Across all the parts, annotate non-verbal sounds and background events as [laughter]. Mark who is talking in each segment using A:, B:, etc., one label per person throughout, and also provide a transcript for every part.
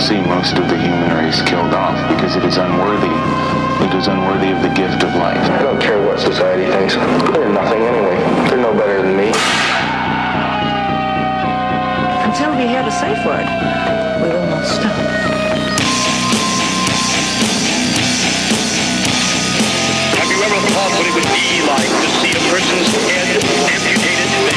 A: see most of the human race killed off because it is unworthy. It is unworthy of the gift of life.
B: I don't care what society thinks. They're nothing anyway. They're no better than me.
C: Until we hear the safe word, we will not stop.
D: Have you ever thought what it would be like to see a person's head amputated? Think,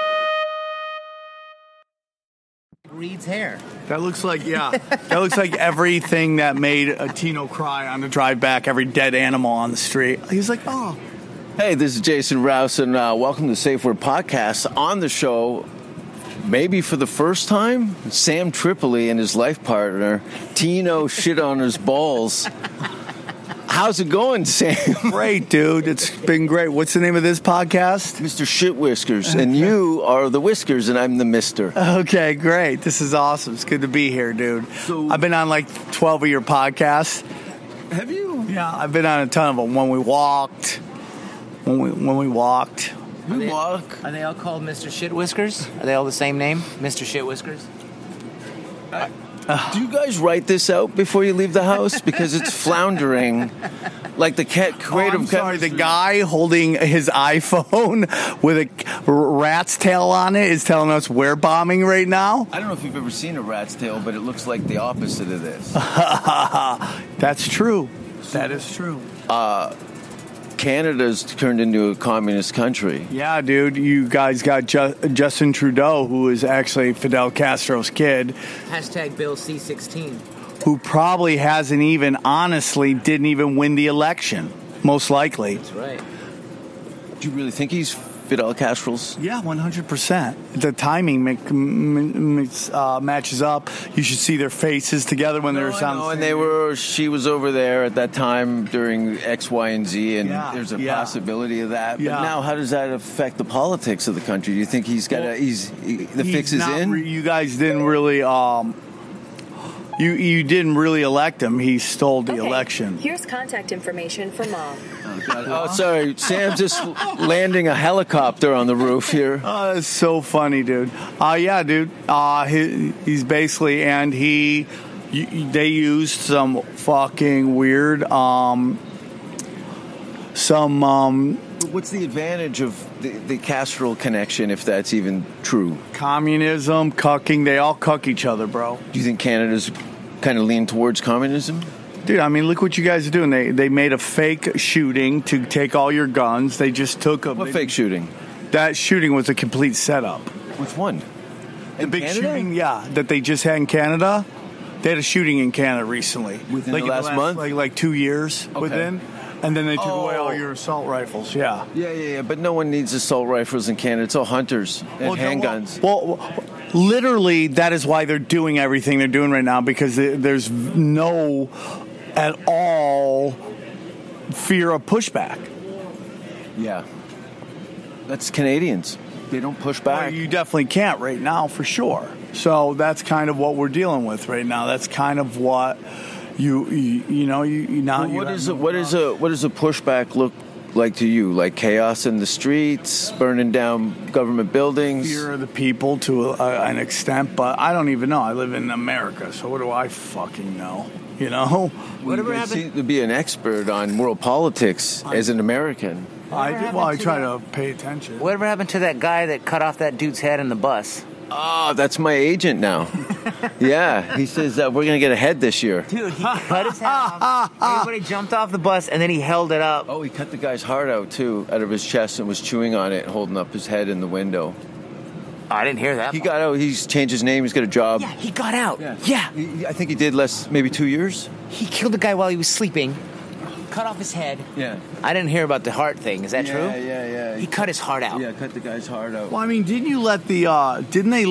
E: Reed's hair.
F: That looks like yeah. that looks like everything that made a Tino cry on the drive back. Every dead animal on the street. He was like, oh,
G: Hey, this is Jason Rouse, and uh, welcome to Safe Word Podcast. On the show, maybe for the first time, Sam Tripoli and his life partner, Tino Shit on His Balls. How's it going, Sam? [laughs]
F: great, dude. It's been great. What's the name of this podcast?
G: Mr. Shit Whiskers, and you are the Whiskers, and I'm the Mister.
F: Okay, great. This is awesome. It's good to be here, dude.
G: So-
F: I've been on like twelve of your podcasts.
G: Have you?
F: Yeah, I've been on a ton of them. When we walked, when we when we walked.
G: We walk.
E: Are they all called Mr. Shit Whiskers? Are they all the same name? Mr. Shit Whiskers?
G: Do you guys write this out before you leave the house because it's floundering, like the cat
F: Wait,
G: creative.
F: I'm
G: cat-
F: sorry. The guy holding his iPhone [laughs] with a rat's tail on it is telling us we're bombing right now.
G: I don't know if you've ever seen a rat's tail, but it looks like the opposite of this.
F: [laughs] That's true. That is true.
G: Canada's turned into a communist country.
F: Yeah, dude, you guys got Ju- Justin Trudeau, who is actually Fidel Castro's kid,
E: Hashtag Bill C16.
F: who probably hasn't even, honestly, didn't even win the election, most likely.
E: That's right.
G: Do you really think he's Fidel Castro's?
F: Yeah, 100%. The timing make, m- m- mix, uh, matches up. You should see their faces together when they're on the
G: and
F: same-
G: they were. She was over there at that time during X, Y, and Z, and
F: Yeah,
G: there's a
F: yeah.
G: possibility of that.
F: Yeah.
G: But now, how does that affect the politics of the country? Do you think he's got?
F: Well,
G: a, he's he, the
F: He's
G: fix is
F: not
G: in.
F: re- you guys didn't really. Um, you, you didn't really elect him. He stole the
H: Okay,
F: election.
H: Here's contact information for mom.
G: oh, sorry,
F: [laughs]
G: Sam's just landing a helicopter on the roof here.
F: Oh, that's so funny, dude. Uh, yeah, dude. Uh, he, he's basically, and he, y- they used some fucking weird, um, some, um,
G: What's the advantage of the, the Castro connection, if that's even true?
F: communism, cucking. They all cuck each other, bro.
G: Do you think Canada's kind of lean towards communism?
F: Dude, I mean, look what you guys are doing. They, they made a fake shooting to take all your guns. They just took a
G: What fake shooting?
F: That shooting was a complete setup.
G: Which one?
F: The big
G: Canada?
F: shooting, yeah, that they just had in Canada. They had a shooting in Canada recently,
G: Within
F: like in
G: the last month?
F: like like two years within, and then they took away all
G: Oh.
F: your assault rifles. Yeah,
G: Yeah, yeah, yeah. But no one needs assault rifles in Canada. It's all hunters and
F: Well, no, well-
G: handguns.
F: Well, well, literally, that is why they're doing everything they're doing right now because th- there's no at all fear of pushback.
G: yeah. That's Canadians. They don't push
F: Well,
G: back.
F: you definitely can't right now for sure. So that's kind of what we're dealing with right now. That's kind of what you you, you know you, you now
G: Well,
F: you
G: what
F: have
G: is a,
F: no
G: what is a what does a pushback look like to you? Like chaos in the streets, burning down government buildings.
F: fear of the people to a, an extent, but I don't even know. I live in America, so what do I fucking know? You know,
E: Whatever
G: you
E: happened-
G: seem to be an expert on world politics as an American.
F: I
E: happened
F: well, I
E: to
F: try
E: that-
F: to pay attention.
E: Whatever happened to that guy that cut off that dude's head in the bus?
G: Oh, that's my agent now. [laughs] yeah, he says uh, we're gonna get ahead this year.
E: Dude, he [laughs] cut his head [laughs] off. Everybody jumped off the bus and then he held it up.
G: Oh, he cut the guy's heart out too, out of his chest, and was chewing on it, holding up his head in the window.
E: I didn't hear that.
G: He got out. He's changed his name. He's got a job.
E: yeah, he got out. Yeah.
G: He- I think he did less, maybe two years.
E: He killed a guy while he was sleeping, cut off his head.
G: Yeah.
E: I didn't hear about the heart thing. Is that
G: yeah,
E: true?
G: Yeah, yeah,
E: He cut his heart out.
G: Yeah, cut the guy's heart out.
F: Well, I mean, didn't you let the uh, didn't they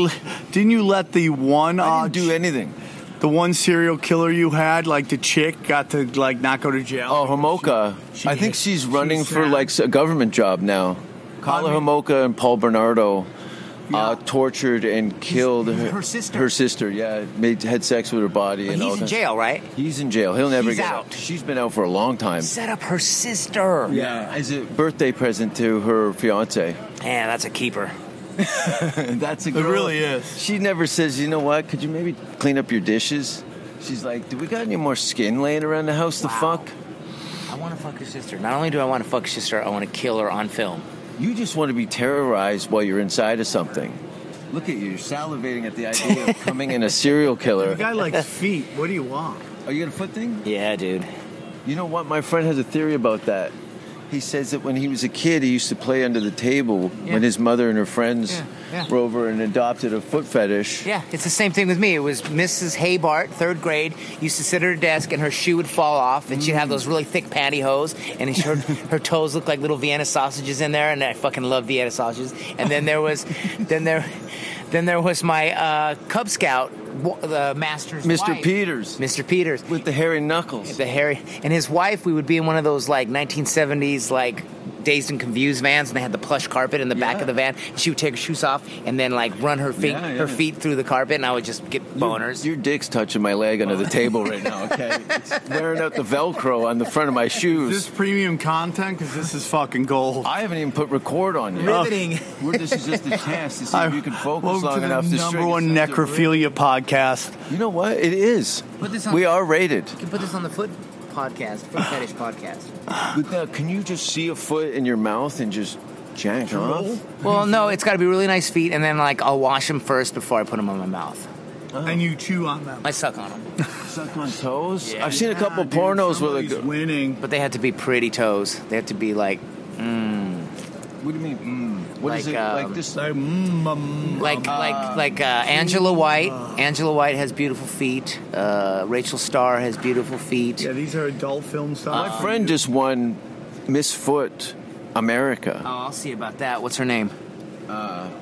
F: didn't you let the one
G: I
F: uh,
G: didn't do anything.
F: the one serial killer you had like the chick got to like not go to jail?
G: Oh, Homoka.
F: She-
G: I think she's
F: she
G: running for
F: said-
G: like a government job now. Carla Homoka and Paul Bernardo uh, tortured and killed her,
E: her sister.
G: Her sister, yeah, made had sex with her body.
E: But
G: and all
E: he's in
G: that.
E: jail, right?
G: He's in jail. He'll never
E: He's
G: get
E: out.
G: She's been out for a long time.
E: Set up her sister. Yeah,
G: Yeah, as a birthday present to her fiance. [laughs]
E: that's a keeper.
G: That's a girl.
F: really is.
G: She never says, you know what? Could you maybe clean up your dishes? She's like, do we got any more skin laying around the house
E: Wow.
G: to fuck?
E: I want to fuck his sister. Not only do I want to fuck his sister, I want to kill her on film.
G: You just want to be terrorized while you're inside of something. Look at you, you're salivating at the
E: [laughs]
G: idea of coming in a serial
F: The
G: killer.
F: guy likes feet. What do you
G: [laughs]
F: want?
G: Are you got a foot thing?
E: Yeah, dude.
G: You know what? My friend has a theory about that. He says that when he was a kid, he used to play under the table when his mother and her friends
E: Yeah, yeah.
G: were over and adopted a foot fetish.
E: Yeah, it's the same thing with me. It was Mrs. Haybart, third grade, used to sit at her desk and her shoe would fall off and she'd have those really thick pantyhose and [laughs] her, her toes looked like little Vienna sausages in there and I fucking love Vienna sausages. And then there [laughs] was, then there, then there was my uh, Cub Scout, wa- the master's
G: Mr.
E: wife,
G: Peters
E: Mr. Peters.
G: with the hairy knuckles.
E: The Harry and his wife, we would be in one of those like 1970s like dazed and confused vans, and they had the plush carpet in the back
G: Yeah.
E: of the van. She would take her shoes off and then like run her feet
G: Yeah, yeah.
E: her feet through the carpet, and I would just get boners.
G: Your dick's touching my leg under the table right now, okay? It's wearing out the Velcro on the front of my
F: Is this
G: shoes.
F: premium content? Because this is fucking gold.
G: I haven't even put record on yet.
E: Riveting.
G: We're, this is just a chance to see if you can focus
F: Welcome
G: long
F: to
G: enough
F: the
G: to
F: number
G: string
F: one
G: us out to Uh-huh. a ring.
F: necrophilia podcast.
G: You know what? It is.
E: Put this on-
G: We are rated.
E: You can put this on the foot podcast, foot fetish podcast.
G: But now, can you just see a foot in your mouth and just jack off?
E: Well, no, it's got to be really nice feet, and then like I'll wash them first before I put them on my mouth.
F: And you chew on them.
E: I suck on them,
G: Suck on toes?
E: Yeah.
G: I've seen a couple
F: dude,
G: pornos with a.
F: somebody's winning.
E: but they had to be pretty toes. They had to be like
G: What do you mean? Mm. What is
E: Like,
G: it? like
E: um,
G: this?
F: Like, mm, mm, mm.
E: like like like uh, Angela White. Angela White has beautiful feet. Uh, Rachel Starr has beautiful feet.
F: Yeah, these are adult film
G: My
F: style.
G: friend just won Miss Foot America.
E: Oh, I'll see about that. What's her name?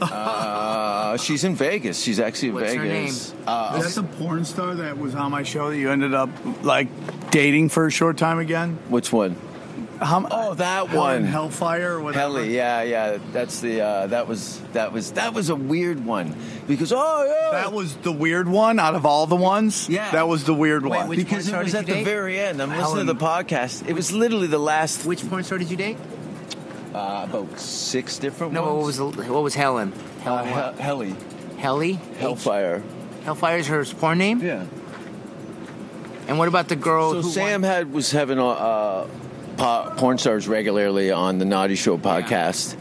G: Uh, she's in Vegas. She's actually in
E: What's her
G: Vegas.
E: name?
G: Uh,
F: Is that the porn star that was on my show that you ended up like dating for a short time again?
G: which one?
F: How,
G: Oh, that
F: Helen
G: one.
F: Hellfire or whatever.
G: Helly, yeah, yeah. That's the uh, that was that was that was a weird one because oh yeah,
F: That was the weird one out of all the ones.
G: Yeah.
F: that was the weird
E: Wait,
F: one.
E: which- porn
G: because it
E: star
G: was
E: did
G: at
E: you
G: the
E: date?
G: very end. I'm listening
F: Helen-
G: to the podcast. It was literally the last
E: Which porn star did you date?
G: uh, about six different
E: No, what was
G: ones.
E: the, what was Helen?
G: uh,
E: Helen.
G: Hel- Helly
E: Helly.
G: Hellfire?
E: Hellfire's her porn name.
G: Yeah.
E: And what about the girl?
G: So
E: who
G: Sam
E: won?
G: had was having uh, po- porn stars regularly on the Naughty Show podcast,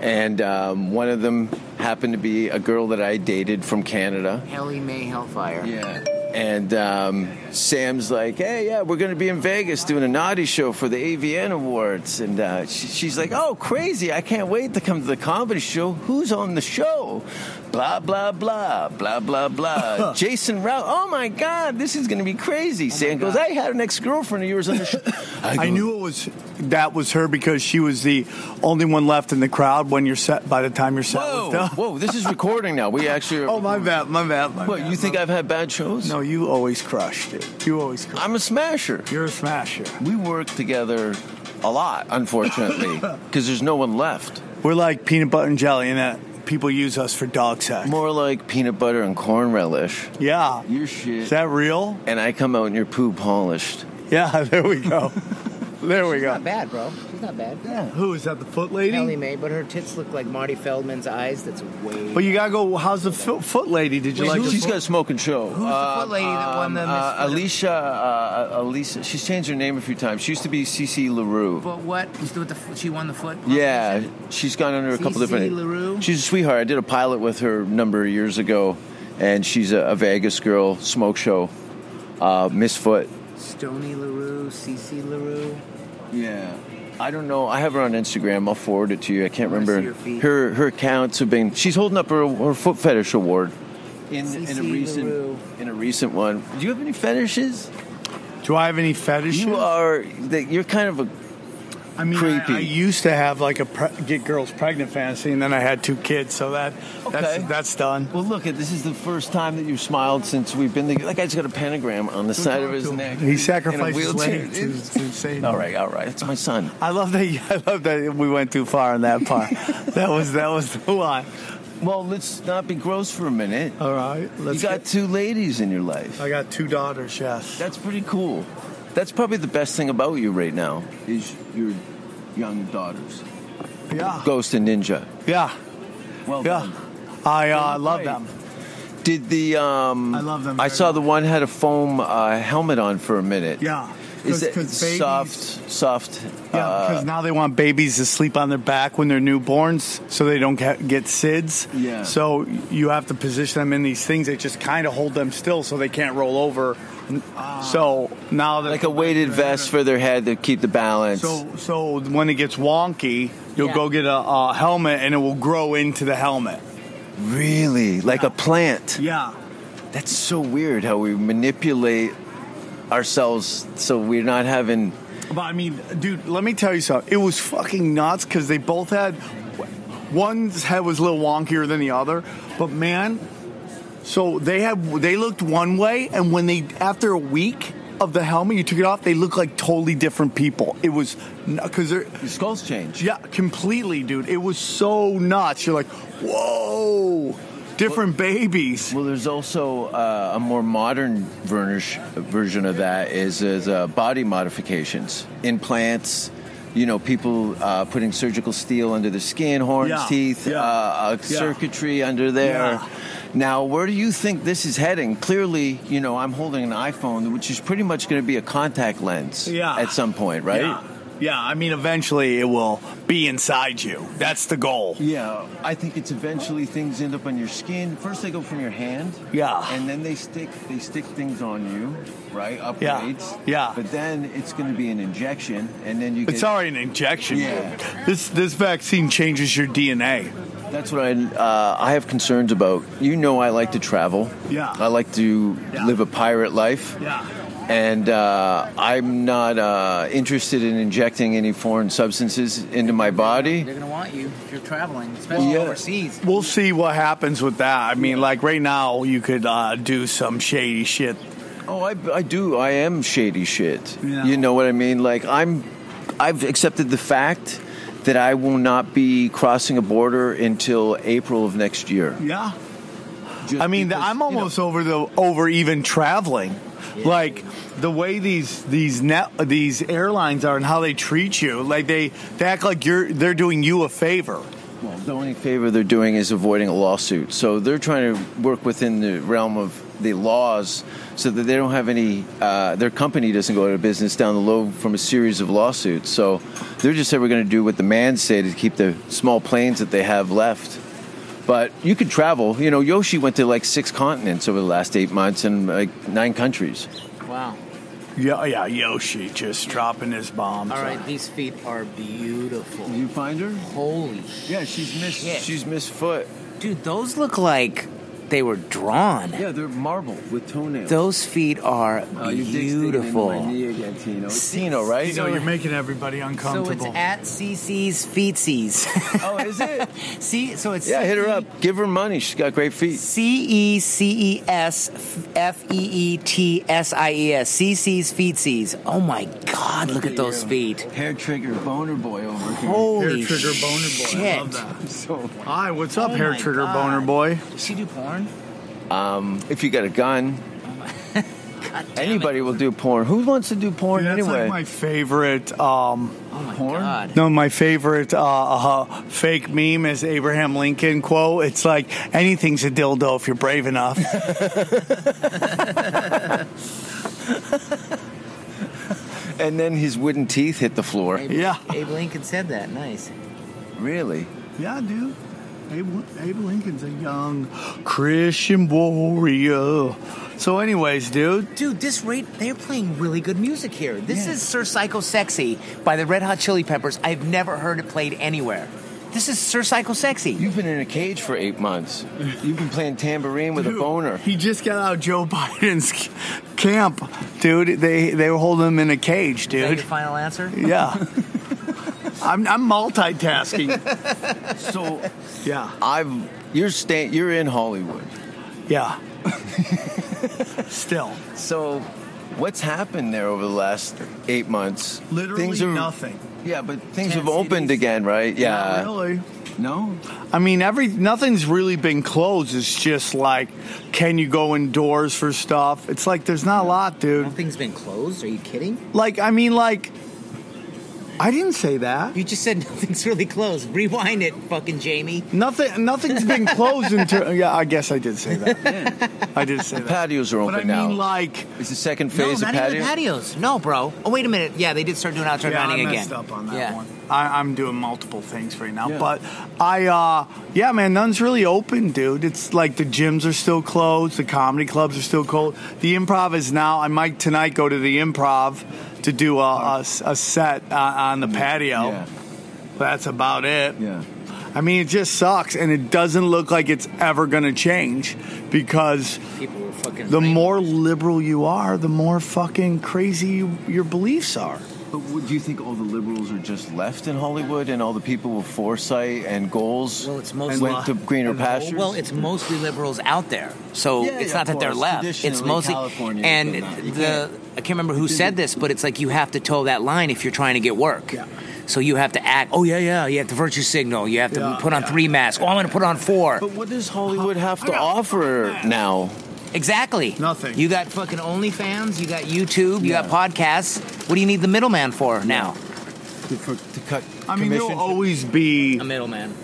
G: and um, one of them happened to be a girl that I dated from Canada.
E: Helly May Hellfire.
G: Yeah. And um, Sam's like, hey, yeah, we're going to be in Vegas doing a naughty show for the AVN Awards. And uh, she, she's like, oh, crazy. I can't wait to come to the comedy show. Who's on the show? Blah, blah, blah, blah,
F: [laughs]
G: blah, blah. Jason Rout. Oh, my God, this is going to be crazy. Sam goes, I had an ex girlfriend of yours on the show.
F: Oh I [laughs]
G: go,
F: knew it was that was her because she was the only one left in the crowd when your set by the time your set was
G: Whoa,
F: done.
G: whoa, this is recording now. We actually.
F: [laughs] Oh my bad, my bad. My
G: What,
F: bad,
G: you think
F: my-
G: I've had bad shows?
F: No, you always crushed it. You always crushed.
G: I'm a smasher.
F: You're a smasher.
G: We work together a lot,
E: [laughs]
G: unfortunately, because there's no one left.
F: We're like peanut butter and jelly in that people use us for dog sex.
G: More like peanut butter and corn relish.
F: Yeah.
G: Your shit.
F: Is that real?
G: and I come out and your poo polished.
F: Yeah, [laughs] there we go. there we
E: Not
F: go.
E: bad, bro. She's not bad.
F: Who is that? The foot lady?
E: Helly May, but her tits look like Marty Feldman's eyes. That's way.
F: But you gotta go. How's the fo- foot lady? Did you
G: She's
F: like? the
G: got a smoking show. Um,
E: Who's the foot lady that won the Miss
G: uh,
E: Foot-
G: Alicia, uh, uh, Alicia. She's changed her name a few times. She used to be CC LaRue.
E: But what? With the, she won the foot.
G: yeah, she's gone under a couple
E: CC
G: different.
E: LaRue?
G: She's a sweetheart. I did a pilot with her a number of years ago, and she's a, a Vegas girl, smoke show, uh, Miss Foot.
E: Stony Larue, CC Larue.
G: Yeah. I don't know. I have her on Instagram. I'll forward it to you. I can't
E: wanna
G: remember.
E: see your feet.
G: Her her accounts have been. She's holding up her, her foot fetish award. In, in a
E: CC
G: recent
E: LaRue.
G: in a recent one. Do you have any fetishes?
F: Do I have any fetishes?
G: You are that you're kind of a
F: I mean,
G: creepy.
F: I, I used to have like a pre- get girls pregnant fantasy, and then I had two kids, so that
G: Okay.
F: that's that's done.
G: well, look, this is the first time that you've smiled since we've been together. That guy's got a pentagram on the side of his neck. in
F: He
G: a
F: sacrificed his
G: wheelchair.
F: leg to,
G: [laughs]
F: to save.
G: All right, all right. That's my son.
F: I love that. you- [laughs] I love that we went too far on that
G: [laughs]
F: part. that was that was the one.
G: Well, let's not be gross for a minute.
F: All right, let's.
G: you got two ladies in your life.
F: get- I got two daughters. Yes.
G: That's pretty cool. That's probably the best thing about you right now is your young daughters,
F: Yeah.
G: Ghost and Ninja.
F: Yeah.
G: Well
F: Yeah.
G: done.
F: I uh, love
G: Right.
F: them.
G: Did the um?
F: I love them
G: I
F: very
G: saw
F: much.
G: the one had a foam uh, helmet on for a minute.
F: Yeah.
G: Is
F: 'Cause-
G: it
F: 'cause babies-
G: soft? Soft.
F: Yeah,
G: uh,
F: because now they want babies to sleep on their back when they're newborns, so they don't get, get SIDS.
G: Yeah.
F: So you have to position them in these things that just kind of hold them still, so they can't roll over. so now that
G: Ah. like a weighted vest for their head to keep the balance.
F: So so when it gets wonky, you'll
E: Yeah.
F: go get a, a helmet, and it will grow into the helmet.
G: really, like a plant.
F: Yeah.
G: That's so weird how we manipulate ourselves so we're not having.
F: But I mean, dude, let me tell you something. It was fucking nuts because they both had one's head was a little wonkier than the other, but man, so they had they looked one way, and when they after a week of the helmet, you took it off, they looked like totally different people. It was because they're
G: Your skulls change.
F: yeah, completely, dude. It was so nuts. You're like, whoa, different babies.
G: Well, there's also uh, a more modern vernish, version of that is, is uh, body modifications, implants. You know, people uh, putting surgical steel under the skin, horns,
F: Yeah,
G: teeth,
F: yeah,
G: uh, uh,
F: yeah.
G: circuitry under there.
F: Yeah.
G: Now, where do you think this is heading? Clearly, you know, I'm holding an iPhone, which is pretty much going to be a contact lens
F: Yeah.
G: at some point, right?
F: Yeah. yeah, I mean, eventually it will be inside you. That's the goal.
G: Yeah, I think it's eventually things end up on your skin. First, they go from your hand.
F: Yeah.
G: and then they stick they stick things on you, right?
F: Yeah,
G: Upgrades.
F: yeah.
G: But then it's going to be an injection, and then you. Get,
F: It's already an injection.
G: Yeah.
F: This this vaccine changes your DNA.
G: That's what I uh, I have concerns about. You know, I like to travel.
F: Yeah.
G: I like to
F: Yeah.
G: live a pirate life. And uh, I'm not uh, interested in injecting any foreign substances into my body.
E: They're gonna want you if you're traveling, especially
G: Yeah.
E: overseas.
F: We'll see what happens with that. I mean, like right now, you could uh, do some shady shit.
G: Oh, I, I do. I am shady shit.
F: Yeah.
G: You know what I mean? Like I'm, I've accepted the fact that I will not be crossing a border until April of next year.
F: Yeah.
G: Just
F: I mean,
G: because,
F: I'm
G: you know,
F: almost over the over even traveling. Like the way these these net these airlines are and how they treat you, like they they act like you're they're doing you a favor.
G: well, the only favor they're doing is avoiding a lawsuit. So they're trying to work within the realm of the laws, so that they don't have any. Uh, their company doesn't go out of business down the road from a series of lawsuits. So they're just ever going to do what the man say to keep the small planes that they have left. But you could travel. You know, Yoshi went to like six continents over the last eight months and like nine countries.
E: Wow.
F: Yeah, yeah. Yoshi just dropping his bombs.
E: All right, these feet are beautiful.
G: you find her?
E: Holy
G: Yeah, she's missed.
E: shit.
G: She's missed foot.
E: Dude, those look like they were drawn.
G: Yeah, they're marble with toenails.
E: Those feet are
G: Oh, your dick's digging into my
E: beautiful.
G: knee again, Tino. It's Tino, right?
F: You know, you're making everybody
E: So
F: uncomfortable.
E: it's at CC's feetsies. [laughs]
G: oh, is it?
E: See, so it's
G: [laughs] Yeah, hit her up. Give her money. She's got great feet.
E: C E C E S F E E T S I E S. CC's feetsies. Oh my God, look at those feet.
G: Hair trigger boner boy over here.
E: Holy
F: Hair trigger boner boy.
E: shit.
F: I love that.
G: So,
F: Hi, what's up,
E: Oh
F: hair
E: my
F: trigger
E: God.
F: boner boy?
E: Does she do porn?
G: um, if you got a [laughs] gun, anybody will do porn. Who wants to do porn
F: That's
G: anyway?
F: like my favorite. Um,
E: Oh my God.
F: no, my favorite uh, uh, fake meme is Abraham Lincoln quote. It's like anything's a dildo if you're brave
G: [laughs]
F: enough.
G: and then his wooden teeth hit the floor.
E: Abe,
F: Yeah.
E: Abe Lincoln said that. Nice.
G: Really?
F: yeah, dude. Abe, Abe Lincoln's a young Christian warrior. So, anyways, dude.
E: Dude, this rate, they're playing really good music here. This is Sir Psycho Sexy by the Red Hot Chili Peppers. I've never heard it played anywhere. This is Sir Psycho Sexy.
G: You've been in a cage for eight months. You've been playing tambourine with a
F: Dude,
G: boner.
F: He just got out of Joe [laughs] Biden's c- camp, dude. They they were holding him in a cage,
E: is that your
F: dude.
E: final answer?
F: Yeah. I'm, I'm multitasking. so, yeah,
G: I've you're staying you're in Hollywood.
F: yeah. Still,
G: So, what's happened there over the last eight months?
F: literally
G: Things are-
F: nothing.
G: Yeah, but things
E: Ten
G: have opened
E: CDs.
G: again, right? Yeah.
F: Not really.
G: No.
F: I mean, every nothing's really been closed. It's just like, can you go indoors for stuff? It's like there's not a lot, dude.
E: Nothing's been closed. Are you kidding?
F: Like, I mean, like, I didn't say that.
E: You just said [laughs] nothing's really closed. Rewind it, fucking Jamie.
F: Nothing. Nothing's been closed until. Yeah, I guess I did say that.
G: [laughs]
F: I did say that.
G: Patios are
F: But
G: open
F: I mean,
G: now.
F: like,
G: Is the second phase
E: no,
G: a
E: not
G: patio?
E: even patios. No, bro. Oh, wait a minute. Yeah, they did start doing outdoor
F: yeah,
E: dining
F: I
E: again.
F: messed up on that
E: yeah.
F: one. I, I'm doing multiple things right now,
G: Yeah.
F: but I, uh, yeah, man, none's really open, dude. It's like the gyms are still closed, the comedy clubs are still closed. The improv is now. I might tonight go to the improv to do a, a, a set uh, on the patio.
G: Yeah.
F: That's about it.
G: Yeah.
F: I mean, it just sucks, and it doesn't look like it's ever going to change because
E: People were fucking.
F: the
E: lame.
F: more liberal you are, the more fucking crazy you, your beliefs are.
G: But what, do you think all the liberals are just left in Hollywood, and all the people with foresight and goals
E: Well, it's mostly-
G: went to greener pastures?
E: Well, it's mostly liberals out there, so
G: Yeah,
E: it's
G: yeah,
E: not that
G: of
E: they're
G: course.
E: left. It's
G: Traditionally,
E: mosty,
G: California has
E: and
G: done that. You
E: the I can't remember who said this, but it's like you have to toe that line if you're trying to get work.
F: Yeah.
E: So you have to act. Oh yeah, yeah. You have to virtue signal. You have to
F: Yeah,
E: put on
F: yeah.
E: three masks. Oh, I'm going to put on four.
G: But what does Hollywood have
F: I
G: to
F: got a
G: offer
F: fucking
G: now?
E: Exactly.
F: Nothing.
E: You got fucking OnlyFans. You got YouTube. You got podcasts. What do you need the middleman for now?
G: To, for, to cut
F: I mean, there will
G: commission?
F: always be
E: A middleman.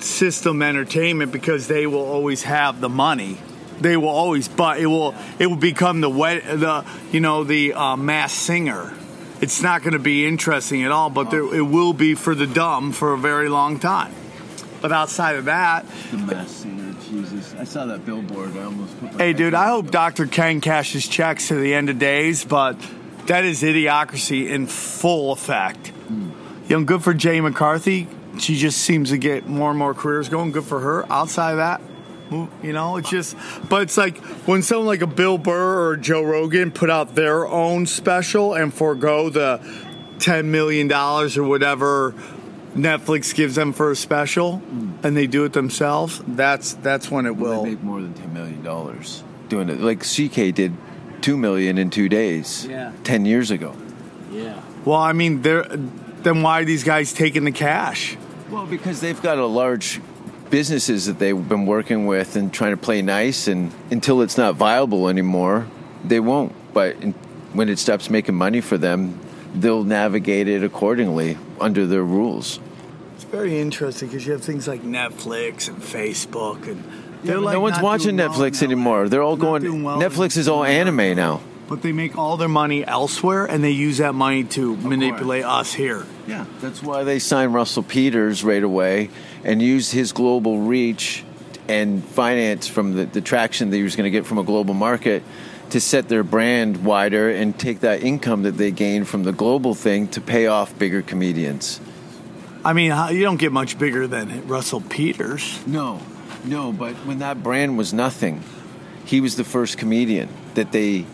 F: system entertainment because they will always have the money. They will always, but it will it will become the wet the you know the uh, mass singer. It's not going to be interesting at all, but there, it will be for the dumb for a very long time. But outside of that,
G: the mass singer. Jesus, I saw that billboard. I almost. Put my
F: hey, dude,
G: head in
F: I
G: the
F: hope
G: window.
F: Dr. Ken cashes checks to the end of days, but that is idiocracy in full effect. You know, good for Jay McCarthy. She just seems to get more and more careers going. Good for her. Outside of that, who- you know, it's just, but it's like when someone like a Bill Burr or Joe Rogan put out their own special and forego the $10 million or whatever Netflix gives them for a special and they do it themselves, that's that's when it
G: Well,
F: will.
G: they make more than ten million dollars doing it. Like CK did, two million in two days.
E: Yeah.
G: Ten years ago.
E: Yeah.
F: Well, I mean, they're, then why are these guys taking the cash?
G: Well, because they've got a large businesses that they've been working with and trying to play nice, and until it's not viable anymore, they won't. But in, when it stops making money for them, they'll navigate it accordingly under their rules.
F: It's very interesting because you have things like Netflix and Facebook and.
G: no one's watching Netflix anymore. They're all going. Netflix is all anime now.
F: But they make all their money elsewhere and they use that money to manipulate us here.
G: Yeah, that's why they signed Russell Peters right away and used his global reach and finance from the, the traction that he was going to get from a global market to set their brand wider and take that income that they gained from the global thing to pay off bigger comedians.
F: I mean, how- you don't get much bigger than Russell Peters.
G: No, no, but when that brand was nothing, he was the first comedian that they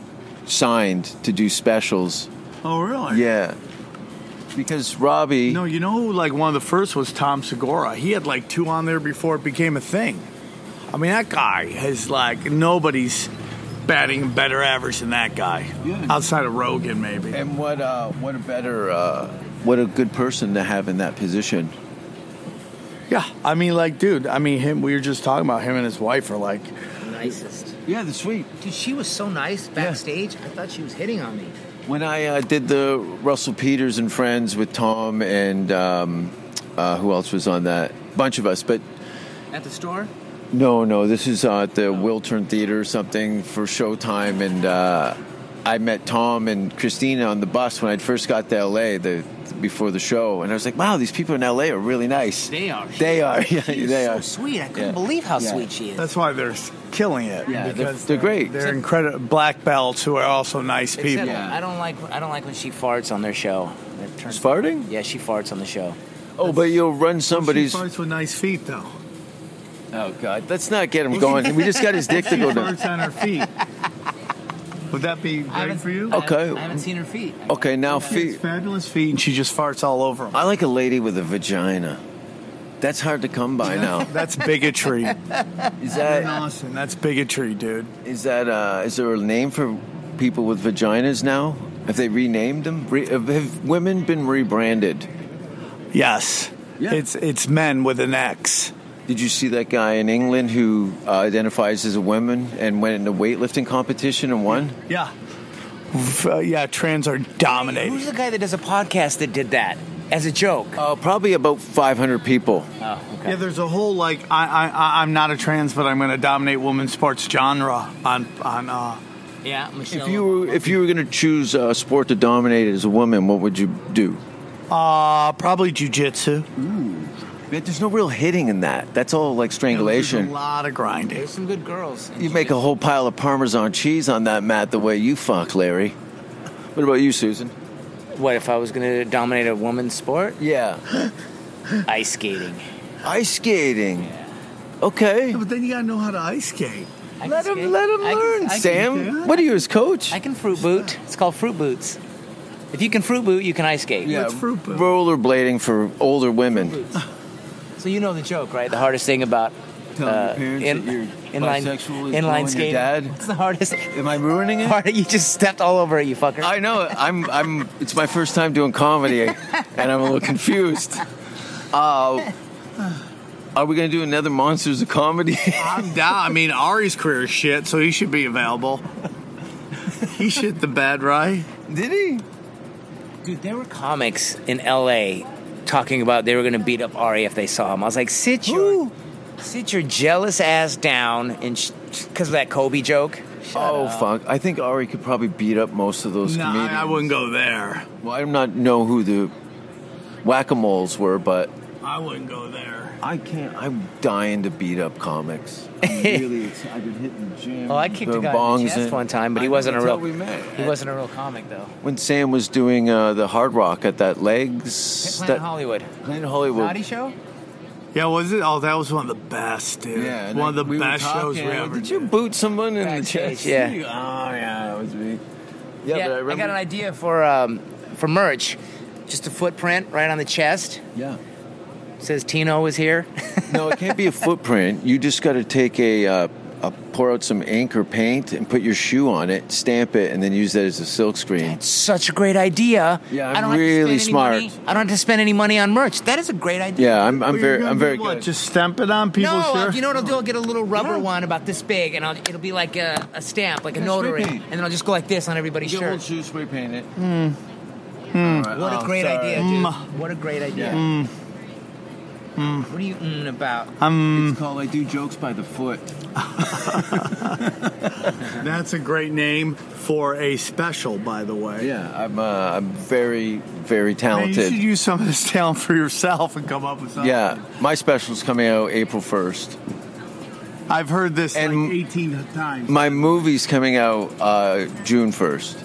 G: signed to do specials.
F: Oh, really?
G: Yeah. Because Robbie.
F: No, you know, like one of the first was Tom Segura. He had like two on there before it became a thing. I mean, that guy has like nobody's batting a better average than that guy.
G: Yeah.
F: Outside of Rogan, maybe.
G: And what uh, what a better uh, what a good person to have in that position.
F: Yeah, I mean, like, dude, I mean, him. We were just talking about him and his wife are like,
E: Nicest.
G: Yeah, the sweet.
E: Dude, she was so nice backstage. I thought she was hitting on me.
G: When I uh, did the Russell Peters and Friends with Tom and um, uh, who else was on that? Bunch of us, but
E: At the store?
G: no, no, this is uh, at the Wiltern Theater or something for Showtime, and uh, I met Tom and Christina on the bus when I first got to LA the before the show, and I was like, wow, these people in LA are really nice.
E: They are.
G: They are. [laughs] Yeah,
E: She's
G: they
E: so
G: are.
E: sweet. I couldn't
G: Yeah.
E: believe how
G: Yeah.
E: sweet she is.
F: that's why they're killing it.
G: Yeah, they're-
F: because
G: they're great.
F: They're incredible black belts who are also nice people.
E: Except I don't like I don't like when she farts on their show. It turns-
G: Farting?
E: Yeah, she farts on the show.
G: Oh, but you'll run somebody's.
F: She farts with nice feet, [laughs] though. [laughs]
G: Oh God, let's not get him going. We just got his dick to
F: She
G: go down.
F: farts on her feet. Would that be
E: I
F: great
E: haven't-
F: for you?
E: I haven't-
G: Okay.
E: I haven't seen her feet.
G: Okay, now
F: She has
G: feet.
F: fabulous feet, and she just farts all over them.
G: I like a lady with a vagina. That's hard to come by
F: [laughs]
G: now.
F: That's bigotry.
G: Is
F: Aaron
G: that
F: Austin, that's bigotry, dude.
G: is that uh, is there a name for people with vaginas now? Have they renamed them? Re- have- have women been rebranded?
F: Yes.
G: Yeah.
F: It's it's men with an X.
G: Did you see that guy in England who uh, identifies as a woman and went in a weightlifting competition and won?
F: Yeah. Uh, yeah, trans are
E: Who's
F: dominating.
E: the guy that does a podcast that did that as a joke?
G: Uh, probably about 500 people.
E: Oh, okay.
F: Yeah, there's a whole like I I I- I'm not a trans, but I'm going to dominate women's sports genre on on. Uh,
E: Yeah, Michelle.
G: If you were if you were going to choose a sport to dominate as a woman, what would you do?
F: uh probably jujitsu.
G: There's no real hitting in that. That's all like
F: There's
G: strangulation.
F: A lot of grinding.
E: There's some good girls.
G: You make a whole pile of Parmesan cheese on that mat the way you fuck, Larry. What about you, Susan?
E: What if I was going to dominate a woman's sport?
G: Yeah,
E: Ice skating.
G: ice skating. Okay,
F: But then you got to know how to ice skate.
E: I
G: let
E: can skate.
G: him let him
E: I can-
G: learn.
E: I can-
G: Sam,
F: yeah.
G: what are you, his coach?
E: I can fruit boot. It's called fruit boots. If you can fruit boot, you can ice skate.
G: yeah,
F: What's fruit boot?
G: rollerblading for older women.
E: So you know the joke, right? The hardest thing about uh, in- inline inline skating. It's the hardest. [laughs]
G: Am I ruining it?
E: Part you just stepped all over it, you fucker.
G: I know. it. I'm. I'm. It's my first time doing comedy, and I'm a little confused. Uh, are we gonna do another monsters of comedy?
F: I'm down. I mean, Ari's career is shit, so he should be available. he shit the bed, right?
G: [laughs] Did he?
E: Dude, there were comics in LA talking about they were going to beat up Ari if they saw him. I was like, sit your, sit your jealous ass down and because of that Kobe joke.
G: oh fuck! I think Ari could probably beat up most of those
F: No,
G: comedians.
F: I, I wouldn't go there.
G: Well, I'm not know who the whack-a-moles were, but
F: I wouldn't go there.
G: I can't. I'm dying to beat up comics. [laughs] I'm really, excited. I've been hitting the gym.
E: Oh, I kicked a
G: throwing
E: guy in the
G: bongs
E: chest
G: in.
E: one time, but
G: I
E: he
G: know,
E: wasn't a
G: that's
E: real.
G: how we met.
E: He wasn't a real comic though.
G: when Sam was doing uh, the Hard Rock at that legs
E: Planet
G: that
E: Hollywood.
G: Planet Hollywood.
E: Naughty show?
F: Yeah, was it? Oh, that was one of the best, dude.
G: Yeah, and
F: one of
G: I-
F: the
G: we were
F: best shows we
G: talking,
F: ever.
G: Did you boot someone in the
E: Backstage,
G: chest?
E: yeah.
G: Oh yeah, that was me.
E: Yeah,
G: Yeah, but I
E: I,
G: remember.
E: got an idea for um, for merch. Just a footprint right on the chest.
G: Yeah.
E: It says Tino is here.
G: No, it can't be a footprint. You just got to take a, uh, uh pour out some ink or paint and put your shoe on it, stamp it, and then use that as a silk screen.
E: Such a great idea.
G: Yeah, I'm
E: I don't have to
G: really
E: spend any
G: smart.
E: Money. I don't have to spend any money on merch. That is a great idea.
G: Yeah, I'm, I'm
F: Well, you're
G: very,
F: gonna
G: I'm
F: do
G: very
F: what,
G: good.
F: Just stamp it on people's
E: No,
F: here.
E: uh, you know what I'll do? I'll get a little rubber one about this big, and I'll, it'll be like a, a stamp, like a
G: Yeah,
E: notary,
G: spray paint.
E: and then I'll just go like this on everybody's
G: Get old
E: shirt.
G: shoe, spray paint it. All right.
E: Hmm. What a
G: Oh,
E: great
G: sorry.
E: idea, dude!
F: Mm.
E: What a great idea.
G: Yeah.
E: What are you mm about?
G: It's called I do jokes by the foot.
F: That's a great name for a special, by the way.
G: Yeah, I'm, uh, I'm very, very
F: Man, you
G: talented.
F: should use some of this talent for yourself and come up with something.
G: yeah, my special's coming out April 1st.
F: I've heard this
G: And-
F: like 18 times.
G: My movie's coming out uh, June 1st.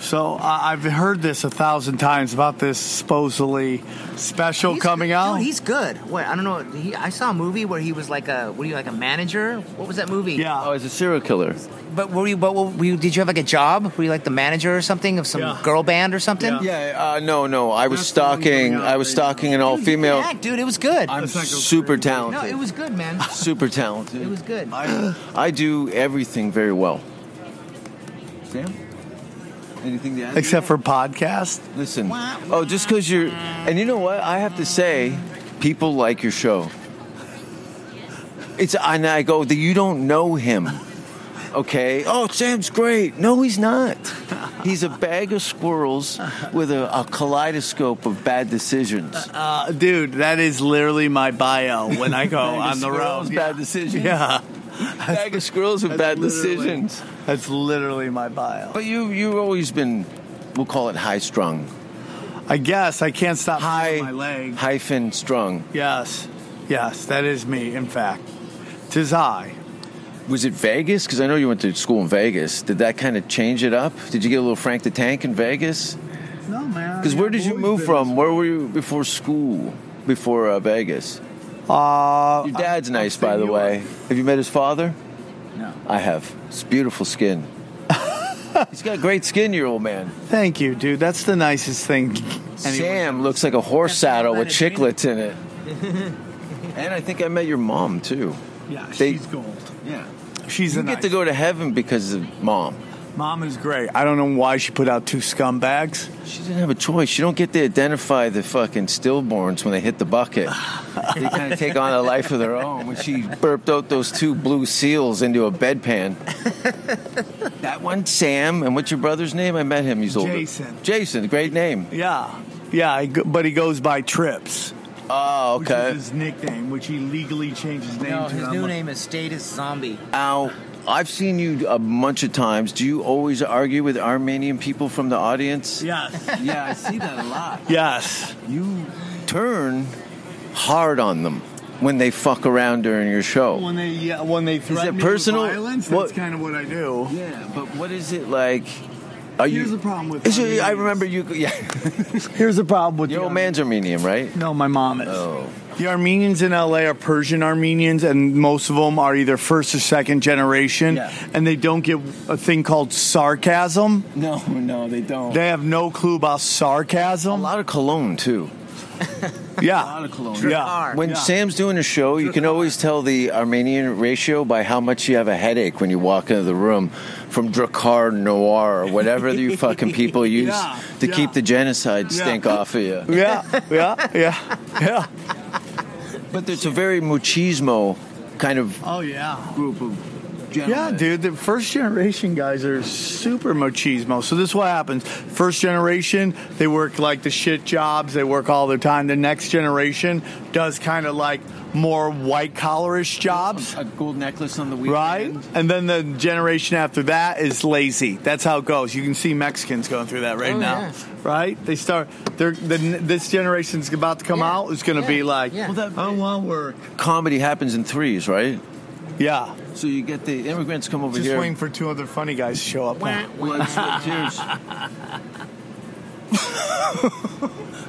F: So I I've heard this a thousand times about this supposedly special
E: He's-
F: coming out.
E: Dude, he's good. What? I don't know. He, I saw a movie where he was like a. Were you like a manager? What was that movie?
F: yeah.
G: Oh, it's a serial killer.
E: But were you? But were you, did you have like a job? Were you like the manager or something of some
F: Yeah.
E: girl band or something?
F: Yeah.
G: Yeah, uh, no, no. I was
F: That's the one
G: stalking.
F: coming out
G: I was
F: later.
G: stalking an all
E: Dude,
G: female.
E: you can act, dude. It was good.
G: I'm
F: Let's not go
G: super
F: crazy.
G: talented.
E: no, it was good,
F: [laughs]
E: man.
G: super talented.
E: It was good.
G: I, I do everything very well. Sam, anything to
F: [clears throat]
G: add?
F: Except for podcast.
G: listen. Oh, just because you're, and you know what? I have to say, people like your show. It's and I go, you don't know him, okay? Oh, Sam's great. No, he's not. He's a bag of squirrels with a, a kaleidoscope of bad decisions.
F: Uh, dude, that is literally my bio when
G: [laughs]
F: I go on the road.
G: Squirrels, Bad decisions.
F: Yeah.
G: bag of squirrels with
F: That's
G: bad
F: literally-
G: decisions.
F: That's literally my bio.
G: But you, you've always been, we'll call it high strung.
F: I guess I can't stop
G: High
F: moving my leg.
G: hyphen strung.
F: Yes. Yes, that is me, in fact. Tis I.
G: Was it Vegas? Because I know you went to school in Vegas. Did that kind of change it up? Did you get a little Frank the Tank in Vegas?
F: No, man.
G: Because where did you move from? Where were you before school? Before uh, Vegas?
F: Uh,
G: Your dad's nice,
F: from
G: by the
F: New
G: way. Have you met his father?
F: No. [laughs]
G: I have. It's beautiful skin. He's got great skin, your old man.
F: Thank you, dude. That's the nicest thing. Anyway,
G: Sam looks like a horse saddle with
E: That's not
G: chiclets in
F: [laughs]
G: it. and I think I met your mom too.
F: yeah,
G: they-
F: she's gold.
G: Yeah.
F: She's
G: You
F: a
G: get
F: nice.
G: to go to heaven because of mom.
F: Mom is great. I don't know why she put out two scumbags.
G: She didn't have a choice. You don't get to identify the fucking stillborns when they hit the bucket. they [laughs] kind of take on a life of their own. When she burped out those two blue seals into a bedpan. that one, Sam, and what's your brother's name? I met him. He's older.
F: Jason.
G: Jason, great name.
F: Yeah, yeah. I go- But he goes by Trips,
G: Oh,
F: which
G: okay.
F: is his nickname, which he legally changed his name
E: No,
F: to.
E: Oh, his
F: I'm
E: new
F: like,
E: name is Status Zombie.
G: Al, I've seen you a bunch of times. Do you always argue with Armenian people from the audience?
F: Yes,
G: [laughs] yeah I see that a lot.
F: yes.
G: You turn hard on them when they fuck around during your show.
F: When they yeah, when they threaten me with
G: personal?
F: violence,
G: What-
F: that's kind of what I do.
G: Yeah, but what is it like? Are you?
F: Here's the problem with
G: Is it- I
F: Armenians.
G: remember you. [laughs] Yeah,
F: Here's the problem with
G: your
F: the
G: old man's Armenian, right?
F: No, my mom is.
G: Oh.
F: The Armenians in LA are Persian Armenians, and most of them are either first or second generation,
G: Yeah.
F: and they don't get a thing called sarcasm.
G: No, no, they don't.
F: They have no clue about
G: a
F: sarcasm.
G: lot of cologne too.
F: yeah,
G: lot of cologne.
F: Yeah,
G: When
F: Yeah.
G: Sam's doing a show, you can always tell the Armenian ratio by how much you have a headache when you walk into the room from Drakkar Noir or whatever
F: [laughs]
G: you fucking people use
F: Yeah,
G: to
F: yeah.
G: keep the genocide
F: Yeah.
G: stink off of you.
F: yeah, yeah, yeah,
G: [laughs]
F: yeah.
G: But there's a very machismo kind of
F: Oh yeah,
G: group of
F: yeah, dude. The first generation guys are super machismo. So this is what happens: first generation, they work like the shit jobs, they work all the time. The next generation does kind of like more white collarish jobs.
G: A gold necklace on the weekend.
F: Right? And then the generation after that is lazy. That's how it goes. You can see Mexicans going through that right
E: Oh,
F: now.
E: yeah.
F: Right? They start they're the, this generation's about to come
E: Yeah.
F: out is going to
E: Yeah.
F: be like
E: Yeah.
F: I don't want work.
G: Comedy happens in threes, right?
F: Yeah.
G: So you get the immigrants come over
F: Just
G: here.
F: waiting for two other funny guys to show up.
G: Well, it's- [laughs] cheers.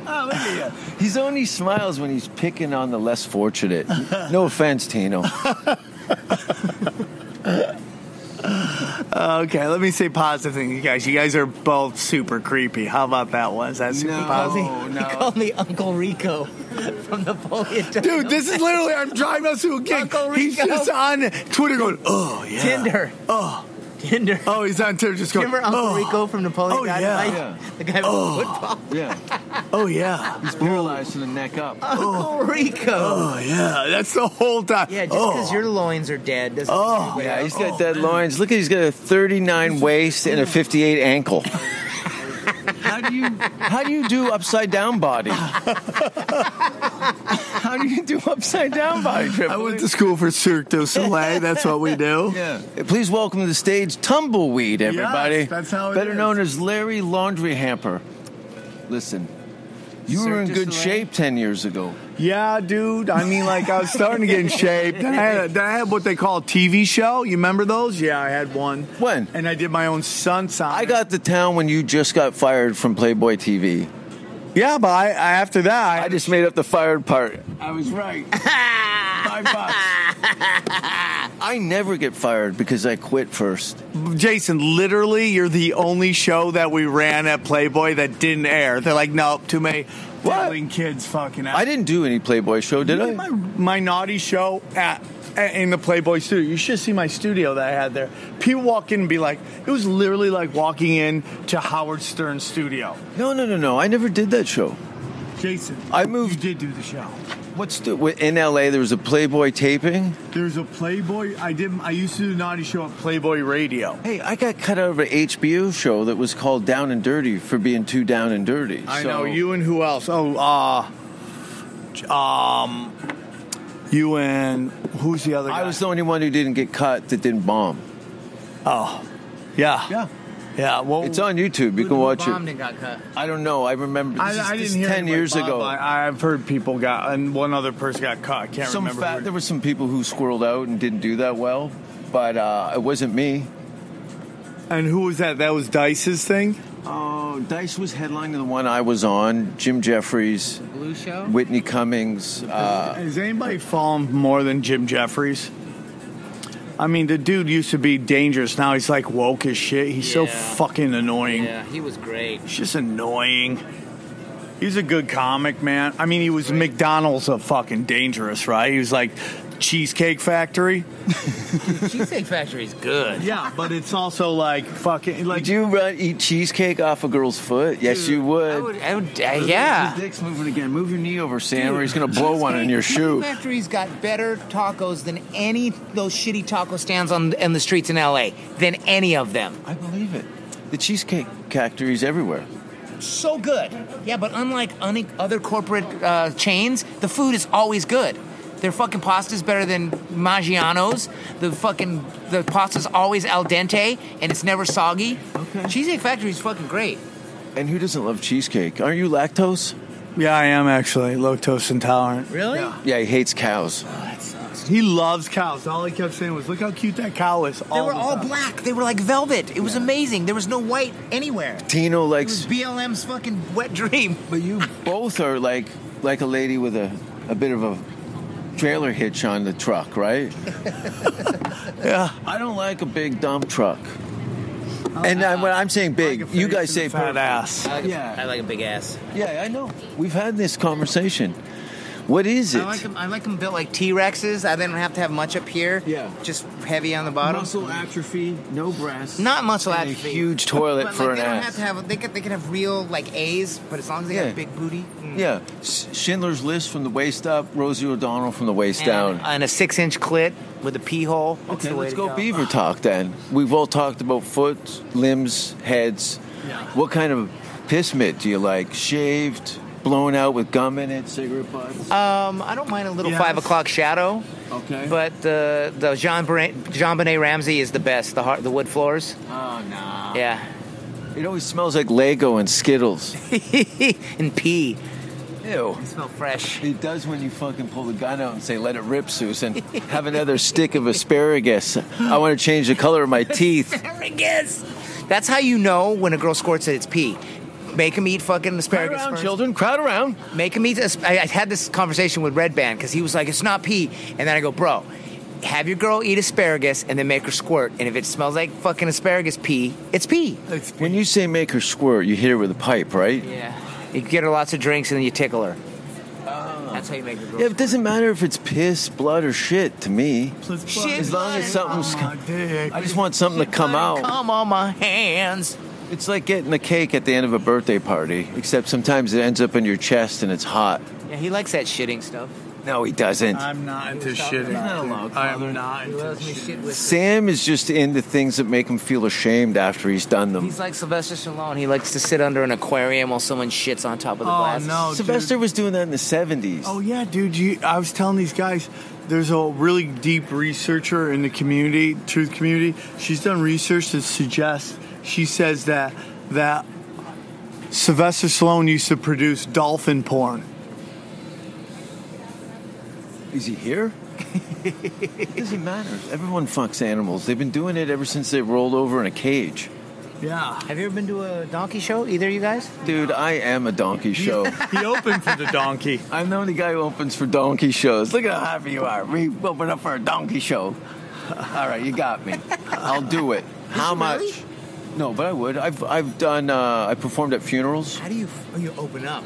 G: Oh, look at you. He's only smiles when he's picking on the less fortunate. No offense, [laughs] Tino.
F: Okay, let me say positive things, you guys. You guys are both super creepy. How about that one? Is that super positive?
E: He called me Uncle Rico [laughs] from Napoleon
F: [laughs] Dude, this is literally I'm driving us to a gig.
E: Uncle
F: He's
E: Rico.
F: just on Twitter going, "Oh, yeah."
E: Tinder.
F: Oh.
E: Tinder.
F: Oh, he's on Tinder just going,
E: Remember Uncle
F: oh,
E: Rico from Napoleon
F: Oh,
E: Dynamite?
F: yeah.
E: The guy with the football.
G: Yeah,
F: oh yeah.
G: he's paralyzed from the neck up.
E: Uncle Rico.
F: Oh yeah, that's the whole time.
E: Yeah, just
F: oh.
E: because your loins are dead doesn't.
F: Oh.
G: Yeah, he's got dead loins. Look at he's got a 39 waist and a 58 ankle. How do you how do you do upside down [laughs] body? how do you do upside down body?
F: Oh, I
G: Triple?
F: went to school for Cirque du Soleil. That's what we do.
E: [laughs]
G: Yeah. Please welcome to the stage Tumbleweed, everybody.
F: Yes, that's how it
G: Better
F: is.
G: known as Larry Laundry Hamper. Listen, you were
E: Cirque
G: in
E: du
G: good
E: Soleil?
G: shape 10 years ago.
F: Yeah, dude. I mean, like I was starting to get
E: [laughs]
F: in shape. Then I had, then I had what they call a TV show. You remember those? Yeah, I had one.
G: When?
F: And I did my own sun sign.
G: I got to town when you just got fired from Playboy TV.
F: Yeah, but I, I after that, I,
G: I just made up the fired part.
F: I was right. Five bucks.
G: I never get fired because I quit first.
F: Jason, literally, you're the only show that we ran at Playboy that didn't air. They're like, nope, too many diddling kids fucking. Out.
G: I didn't do any Playboy show, did
F: My,
G: I?
F: my naughty show at, at- in the Playboy studio. You should see my studio that I had there. People walk in and be like, it was literally like walking in to Howard Stern's studio.
G: No, no, no, no. I never did that show.
F: Jason,
G: I moved-
F: You did do the show.
G: What's the, wh- in LA? There was a Playboy taping.
F: There's a Playboy. I did. I used to do naughty show at Playboy Radio.
G: Hey, I got cut out of an HBO show that was called Down and Dirty for being too down and dirty.
F: I
G: So-
F: know you and who else? Oh, uh, j- um, you and who's the other? Guy?
G: I was the only one who didn't get cut that didn't bomb.
F: oh, yeah, yeah. well,
G: It's on YouTube. You can watch
E: bombed
G: it.
E: and got cut.
G: I don't know. I remember. This
F: I,
G: is,
F: I
G: this
F: didn't
G: is
F: hear
G: ten
F: anybody
G: years
F: bomb,
G: ago.
F: but I've heard people got, and one other person got caught. I can't
G: some
F: remember.
G: fat,
F: who-
G: there were some people who squirreled out and didn't do that well, but uh, it wasn't me.
F: and who was that? That was Dice's thing.
G: Oh, Dice was headlining the one I was on. Jim Jeffries,
E: Blue show.
G: Whitney Cummings. Uh,
F: Has anybody fallen more than Jim Jeffries? I mean, the dude used to be dangerous. Now he's like woke as shit. He's so
E: Yeah.
F: fucking annoying.
E: Yeah, he was great.
F: It's just annoying. He's a good comic, man. I mean, he was McDonald's of fucking dangerous, right? He was like Cheesecake Factory.
E: Cheesecake Factory's good.
F: Yeah, but it's also like fucking like
G: Would you run, eat cheesecake off a girl's foot? Yes, you would.
E: I would, I would, uh, yeah.
G: Your dick's moving again. Move your knee over, Sam, or he's gonna blow one in your shoe.
E: Cheesecake Factory's got better tacos than any those shitty taco stands on in the streets in LA than any of them.
G: I believe it. The cheesecake factory's everywhere.
E: So good. Yeah, but unlike un- other corporate uh, chains, the food is always good. Their fucking pasta's better than Maggiano's. The fucking the pasta's always al dente and it's never soggy.
G: Okay.
E: Cheesecake Factory's fucking great.
G: And who doesn't love cheesecake? Aren't you lactose?
F: yeah, I am actually lactose intolerant.
E: Really?
G: Yeah, he hates cows.
F: He loves cows. All he kept saying was, "Look how cute that cow is."
E: They
F: all
E: were
F: the
E: all
F: time.
E: black. They were like velvet. It was amazing. There was no white anywhere. It
G: Tino
E: was
G: likes,
E: BLM's fucking wet dream.
G: but you
E: Mm.
G: both are like like a lady with a, a bit of a trailer hitch on the
E: [laughs]
G: truck, right? yeah. I don't like a big dump truck.
E: Oh,
G: And I, when I'm saying big, you guys say
F: fat ass.
E: I like,
G: Yeah.
E: a, I like a big ass.
G: Yeah, I know. We've had this conversation. What is it?
E: I like them. I like them built like T Rexes. I didn't have to have much up here.
G: Yeah.
E: just heavy on the bottom. Mm-hmm.
G: atrophy, no breasts.
E: Not muscle
G: and
E: atrophy.
G: A huge toilet
E: but, like,
G: for an
E: they don't
G: ass.
E: have to have. They could. They could have real like A's, but as long as they
G: Yeah.
E: have big booty. mm.
G: yeah, S- Schindler's List from the waist up, Rosie O'Donnell from the
E: Mm.
G: waist
E: And,
G: down.
E: and a six-inch clit with a pee hole. That's
G: okay,
E: the way
G: let's
E: to
G: go, beaver talk then. We've all talked about foot, limbs, heads. What kind of piss mitt do you like? Shaved, blown out with gum in it, cigarette butts.
E: Um, I don't mind a little
F: Yes.
E: five o'clock shadow.
G: Okay.
E: But the the Jean Jean Benet Ramsey is the best. The heart, the wood floors.
G: oh no.
E: Yeah. [laughs]
G: It always smells like Lego and Skittles.
E: and pee.
G: Ew.
E: They smell fresh.
G: It does when you fucking pull the gun out and say, let it rip, Susan. Have another stick of asparagus. I want to change the color of my teeth.
E: asparagus. That's how you know when a girl squirts it, it's pee. Make him eat fucking
G: Crowd
E: asparagus
G: around,
E: first.
G: children. Crowd around.
E: Make him eat. as- I, I had this conversation with Red Band because he was like, "It's not pee," and then I go, "Bro, have your girl eat asparagus and then make her squirt. And if it smells like fucking asparagus pee, it's pee.
G: When you say make her squirt, you hit her with a pipe, right? Yeah,
E: Yeah. You get her lots of drinks and then you tickle her.
G: Oh.
E: That's how you make a girl.
G: it doesn't matter if it's piss, blood, or shit to me.
E: Shit,
G: As long as
E: blood,
G: something's.
F: Oh, dick.
G: I just want something to come out.
E: Come on my hands.
G: It's like getting a cake at the end of a birthday party, except sometimes it ends up in your chest and it's hot.
E: Yeah, he likes that shitting stuff.
G: No, he doesn't.
F: I'm not into shitting.
G: Not allowed,
F: I'm not
E: He
F: into
E: loves me
F: shitting.
E: shit with.
G: Sam is just into things that make him feel ashamed after he's done them.
E: He's like Sylvester Stallone. He likes to sit under an aquarium while someone shits on top of the
F: Oh,
E: glass.
F: no. dude.
G: Sylvester was doing that in the 70s.
F: Oh yeah, dude. You, I was telling these guys, there's a really deep researcher in the community, truth community. She's done research that suggests she says that that Sylvester Stallone used to produce dolphin porn.
G: Is he here?
F: [laughs]
G: it doesn't matter. Everyone fucks animals. They've been doing it ever since they rolled over in a cage.
F: Yeah,
E: Ah, Have you ever been to a donkey show? Either of you guys?
G: Dude, I am a
E: [laughs]
G: donkey show.
F: he opened for the donkey.
G: I'm the only guy who opens for donkey shows. Look at how happy you are. We opened up for a donkey show. [laughs] All right, you got me. I'll do it. How much?
E: really?
G: No, but I would. I've I've done. Uh, I performed at funerals.
E: How do [laughs] you oh, you open up?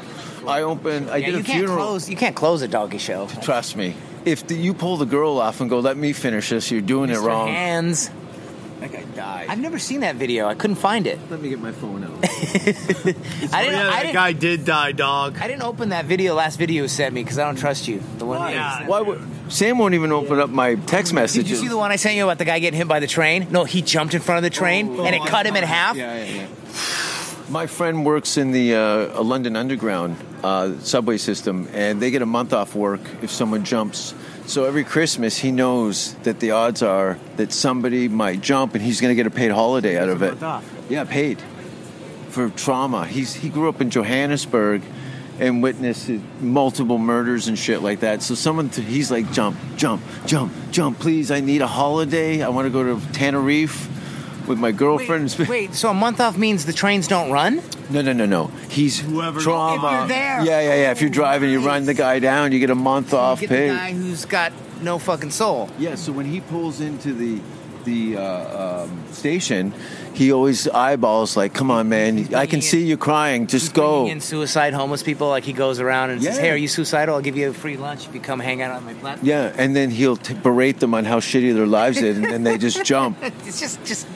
G: I opened. I
E: Yeah,
G: did
E: you
G: a
E: can't
G: funeral.
E: close. You can't close a donkey show.
G: Trust me. If the, you pull the girl off and go, let me finish this, you're doing it
E: Mr.
G: wrong.
E: Hands.
G: That guy died.
E: I've never seen that video. I couldn't find it.
G: Let me get my phone out.
E: [laughs] I
F: Oh,
E: didn't.
F: yeah,
E: I,
F: that
E: didn't
F: guy did die, dog.
E: I didn't open that video. Last video you sent me because I don't trust you. The one.
F: Why?
E: Yeah.
G: Why would Sam won't even open up my text messages?
E: Did you see the one I sent you about the guy getting hit by the train? No, he jumped in front of the train and it cut him in half.
G: Oh, Yeah, yeah, yeah. My friend works in the uh, London Underground uh, subway system, and they get a month off work if someone jumps. So every Christmas, he knows that the odds are that somebody might jump, and he's going to get a paid holiday out of it. Yeah, paid for trauma. He's he grew up in Johannesburg and witnessed multiple murders and shit like that. So someone th- he's like jump, jump, jump, jump, please. I need a holiday. I want to go to Tenerife. with my girlfriend. [laughs]
E: Wait, wait, so a month off means the trains don't run?
G: No, no, no, no. He's
F: Whoever-
G: trauma.
E: If you're there.
G: Yeah, yeah, yeah. If you're driving, you run the guy down. You get a month off
E: Get
G: pay.
E: the guy who's got no fucking soul.
G: Yeah, so when he pulls into the the uh, um, station, he always eyeballs like, "Come on, man! I can
E: bringing
G: see you crying. Just
E: Bringing
G: go."
E: In suicide homeless people, like he goes around and says,
G: Yeah.
E: "Hey, are you suicidal? I'll give you a free lunch if you come hang out on my platform."
G: Yeah, and then he'll t- berate them on how shitty their lives is, and then they
E: [laughs]
G: just jump.
E: It's just, just,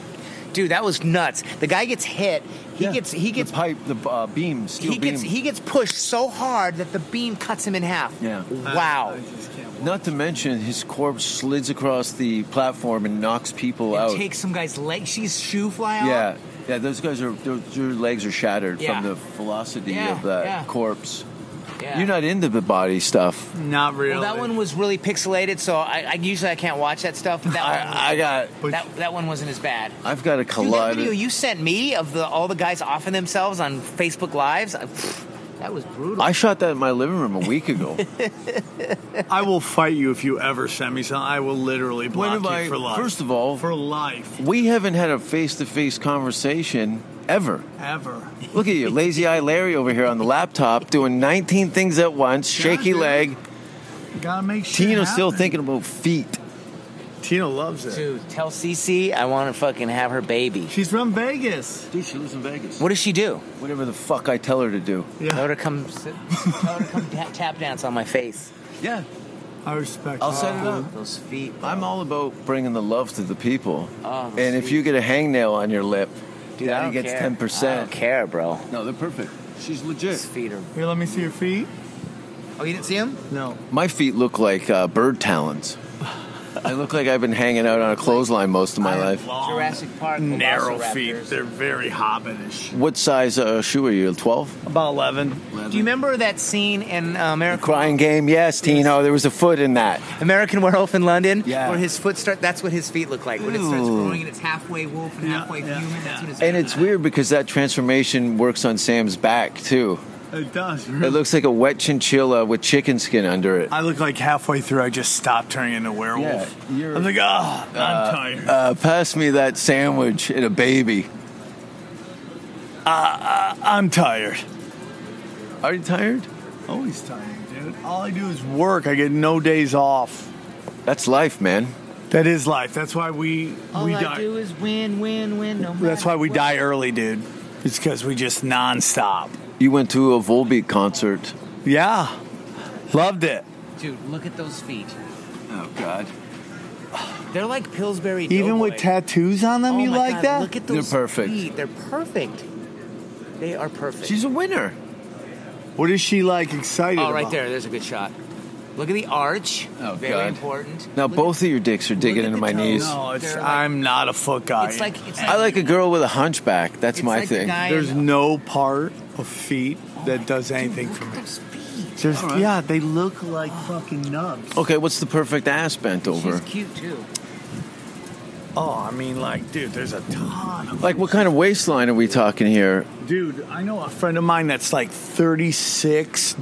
E: dude, that was nuts. The guy gets hit. He
G: Yeah.
E: gets, he gets,
G: the pipe, the uh, beam, steel
E: he gets,
G: beam.
E: he gets pushed so hard that the beam cuts him in half.
G: Yeah.
E: Wow.
G: Not to mention his corpse slids across the platform and knocks people out.
E: It takes some guy's leg. She's shoe fly off.
G: yeah, yeah. Those guys are their, their legs are shattered
E: Yeah.
G: from the velocity
E: Yeah,
G: of that
E: yeah.
G: corpse.
E: Yeah.
G: You're not into the body stuff.
F: Not really.
E: Well, that one was really pixelated, so I, I usually I can't watch that stuff. But that one,
G: I, I got.
E: that, that one wasn't as bad.
G: I've got a
E: Dude, that
G: collide.
E: video you sent me of the all the guys offing themselves on Facebook Lives, I, pfft, that was brutal.
G: I shot that in my living room a
E: [laughs]
G: week ago.
F: [laughs] I will fight you if you ever send me something. I will literally block
G: have
F: you
G: I-
F: for life.
G: first of all-
F: for life,
G: we haven't had a face-to-face conversation ever.
F: ever.
G: Look at you, lazy eye Larry over here on the laptop doing 19 things at once, shaky
F: Yeah, dude.
G: leg.
F: Gotta make sure.
G: Tina's still thinking about feet.
F: Tina loves it.
E: Dude, tell Cece I want to fucking have her baby.
F: She's from Vegas.
G: Dude, she lives in Vegas.
E: What does she do?
G: Whatever the fuck I tell her to do.
E: Tell her to come, sit, tell her to [laughs] come tap, tap dance on my face.
G: Yeah,
F: I respect.
G: I'll
F: that.
G: set it up.
E: Those feet.
G: Uh, I'm all about bringing the love to the people.
E: Oh,
G: and if you get a hangnail on your lip,
E: Dude, I
G: daddy
E: don't
G: gets
E: care. I
G: 10%.
E: don't care, bro.
G: No, they're perfect. She's
E: His
G: legit.
E: feet are.
F: Here, let me see your feet.
E: Oh, you didn't see him?
F: No.
G: My feet look like uh, bird talons. I look like I've been hanging out on a clothesline most of my life.
F: Long,
E: Jurassic Park.
F: narrow feet.
E: velociraptors.
F: They're very hobbitish.
G: What size uh, shoe are you? 12?
F: About eleven.
E: Do you remember that scene in uh, American
G: Crying game, yes, Tino. There was a foot in that.
E: American Werewolf in London?
G: Yeah.
E: Where his foot start. That's what his feet look like when it starts
G: Ooh.
E: growing and it's halfway wolf and
F: Yeah,
E: halfway
F: yeah,
E: human.
F: yeah.
E: That's what his
G: And
E: feet
G: it's weird because that transformation works on Sam's back, too.
F: It does.
G: It looks like a wet chinchilla with chicken skin under it.
F: I look like halfway through. I just stopped turning into a werewolf.
G: Yeah, you're-
F: I'm like, ah, oh, I'm tired.
G: Uh, pass me that sandwich and a baby.
F: I'm tired.
G: Are you tired?
F: Always tired, dude. All I do is work. I get no days off.
G: That's life, man.
F: That is life. That's why we
E: All
F: we
E: I
F: die.
E: do is win, win, win. No
F: That's
E: matter
F: why we
E: what.
F: die early, dude. It's because we just nonstop.
G: You went to a Volbeat concert.
F: Yeah, loved it.
E: Dude, look at those feet.
G: Oh, God.
E: They're like Pillsbury.
F: Even
E: Doughboy.
F: with tattoos on them,
E: Oh
F: you
E: my
F: like
E: God,
F: that?
E: Look at
G: They're
E: those
G: perfect.
E: feet. They're perfect. They are perfect.
G: She's a winner.
F: what is she like excited?
E: oh, right
F: about?
E: there. There's a good shot. Look at the arch.
G: Oh,
E: Very
G: God.
E: important.
G: Now
E: Look
G: both
E: at-
G: of your dicks are digging
E: at
G: into
E: the
G: my
E: toes.
G: knees.
F: No, it's,
E: They're like-
F: I'm not a foot guy.
E: It's like it's like,
G: I like a girl with a hunchback. That's
E: it's
G: my
E: like the
G: thing.
E: guy in-
F: There's no part of feet that does anything for me. There's, Yeah, they look like fucking nubs.
G: Okay, what's the perfect ass bent
E: She's
G: over?
E: cute too.
F: Oh, I mean, like, dude, there's a ton of.
G: Like, what kind of waistline are we talking here?
F: Dude, I know a friend of mine that's like 36,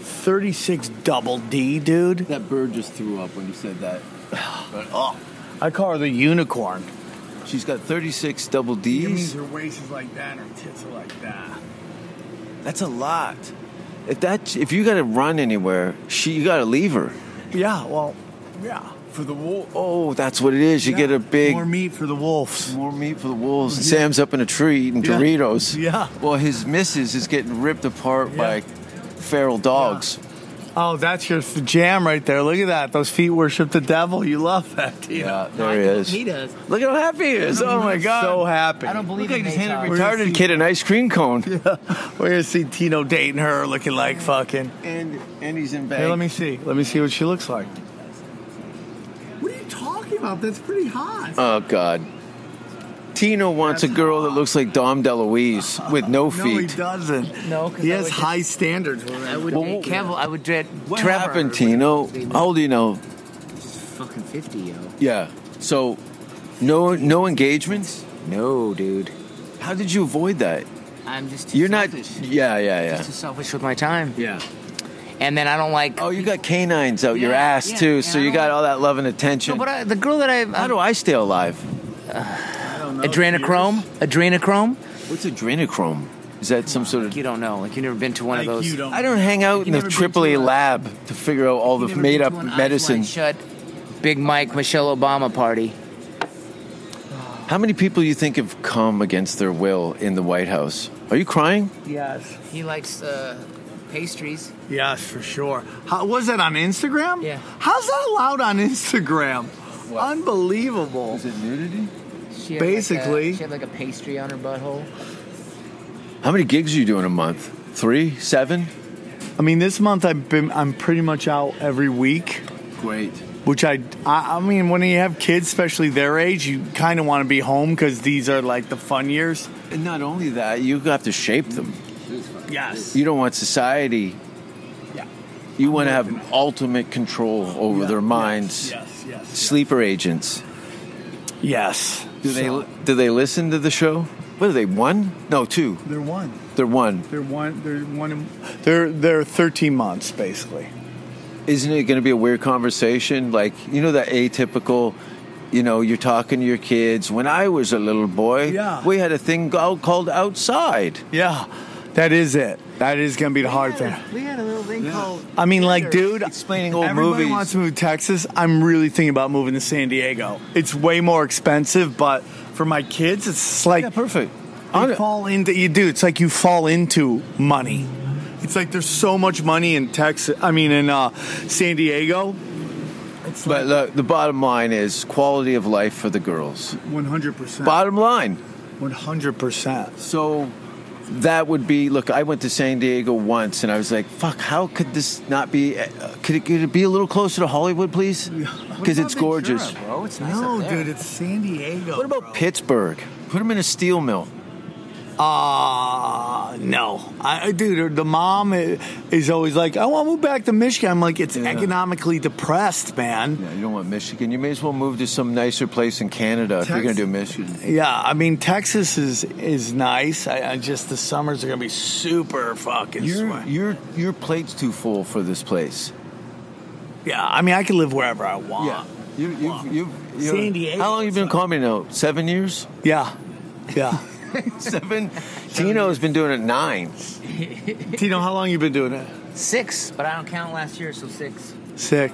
F: 36 double D, dude.
G: That bird just threw up when you said that.
F: Oh, I call her the unicorn.
G: She's got 36 double
F: It means
G: D's.
F: her waist is like that, and her tits are like that.
G: That's a lot. If that, if you gotta run anywhere, she, you gotta leave her.
F: Yeah, well, yeah. For the wolf.
G: Oh, that's what it is. You get a big
F: More
G: more,
F: meat for the wolves.
G: meat for the wolves. And Sam's up in a tree eating Doritos.
F: Yeah.
G: Well, his missus is getting ripped apart by feral dogs.
F: Oh, that's your f- jam right there. Look at that. Those feet worship the devil. You love that, dude. [laughs]
G: Yeah, there he is.
E: He does.
G: Look how happy he is. Oh my god.
F: So happy.
E: I don't believe
G: Look
E: in
G: at his
E: Nate
G: hand
E: Dogg.
G: a
F: We're gonna
G: retarded
F: see-
G: kid an ice cream cone.
F: We're gonna see Tino dating her, looking like fucking.
G: And and he's in bed.
F: Here, let me see. Let me see what she looks like. What are you talking about? That's pretty hot.
G: Oh god. Tino wants a girl that looks like Dom DeLuise with
F: [laughs]
G: no
F: No, he
G: feet.
F: doesn't.
E: No, 'cause
F: he
E: I
F: has
E: would-
F: high
E: I
F: standards. Women.
E: would
G: Well,
E: date
G: what-
E: Cavill. I would date
G: What
E: Trevor.
G: happened, Tino? How old do you know?
E: Fucking fifty, yo.
G: Yeah. So no no engagements?
E: No, dude.
G: How did you avoid that?
E: I'm just too
G: You're not
E: selfish.
G: Yeah, yeah, yeah.
E: Just too selfish with my time.
G: Yeah.
E: And then I don't like.
G: Oh, you got canines out your
E: Yeah,
G: ass
E: yeah,
G: too,
E: and
G: so
E: I
G: you
E: don't
G: got
E: like-
G: all that love and
E: No,
G: attention.
E: but I, the girl that I.
G: How do I stay alive?
F: I don't on those
E: adrenochrome, adrenochrome.
G: What's adrenochrome? Is that some sort of?
E: You don't know, like you've never been to one
F: Like
E: of those.
F: you don't.
G: I don't hang out in the
F: never been to
G: AAA
F: a-
G: lab to figure out all the
F: never been
G: made
F: to
G: up
F: an
E: Eyes
G: medicine.
E: wide shut. Big Mike, Michelle Obama party.
G: How many people you think have come against their will in the White House? Are you crying?
F: Yes.
E: He likes uh, pastries.
F: Yes, for sure. How, was that on Instagram?
E: Yeah.
F: How's that allowed on Instagram? Unbelievable.
G: it nudity?
E: She had like a-
F: Basically.
E: she had like a pastry on her butthole.
G: How many gigs are you doing a month? Three, seven?
F: I mean, this month I've been I'm pretty much out every week,
G: Great.
F: which I I, I mean when you have kids, especially their age, you kind of want to be home because these are like the fun years.
G: And not only that, you have to shape them.
F: Yes.
G: You don't want society.
F: Yeah.
G: You want to have ultimate control over their minds.
F: Yes. Yes.
G: Sleeper agents.
F: Yes.
G: Do they do they listen to the show? What are they? One? No, two.
F: They're one.
G: They're one.
F: They're one. They're one. in- They're they're 13 months basically.
G: isn't it going to be a weird conversation? Like, you know, that atypical, you know, you're talking to your kids. When I was a little boy,
F: Yeah.
G: we had a thing go- called outside.
F: Yeah. That is it. That is gonna be the hard thing.
E: We had a little thing called.
F: I mean, like, dude,
G: Explaining old
F: everybody
G: movies.
F: wants to move to Texas. I'm really thinking about moving to San Diego. It's way more expensive, but for my kids, it's like
G: yeah, perfect.
F: you
G: On-
F: fall into you do. It's like you fall into money. It's like there's so much money in Texas. I mean, in uh, San Diego,
G: but look, the bottom line is quality of life for the girls.
F: 100 percent,
G: Bottom line.
F: 100 percent.
G: So that would be look. I went to San Diego once, and I was like, "Fuck! How could this not be? Uh, could, it, could it be a little closer to Hollywood, please? Because it's gorgeous."
E: bro. It's nice
F: No,
E: up there.
F: dude, it's San Diego.
G: What about Pittsburgh? Put them in a steel mill.
F: Ah, no, I, I- dude. The mom i- is always like, "I want to move back to Michigan." I'm like, "It's economically depressed, man."
G: Yeah, you don't want Michigan. You may as well move to some nicer place in Canada if you're going to do Michigan.
F: Yeah, I mean, Texas is is nice. I, I just the summers are gonna be super fucking.
G: Your
F: sweat.
G: your your plate's too full for this place.
F: yeah, I mean, I could live wherever I want.
G: You, you've, you've, you're-
F: San Diego.
G: How long you been in comedy now? Seven
F: [laughs]
G: years?
F: Yeah, yeah. [laughs]
G: Seven? Tino's been doing it nine.
F: Tino, how long you been doing it?
E: six, but I don't count last year, so six.
F: Six.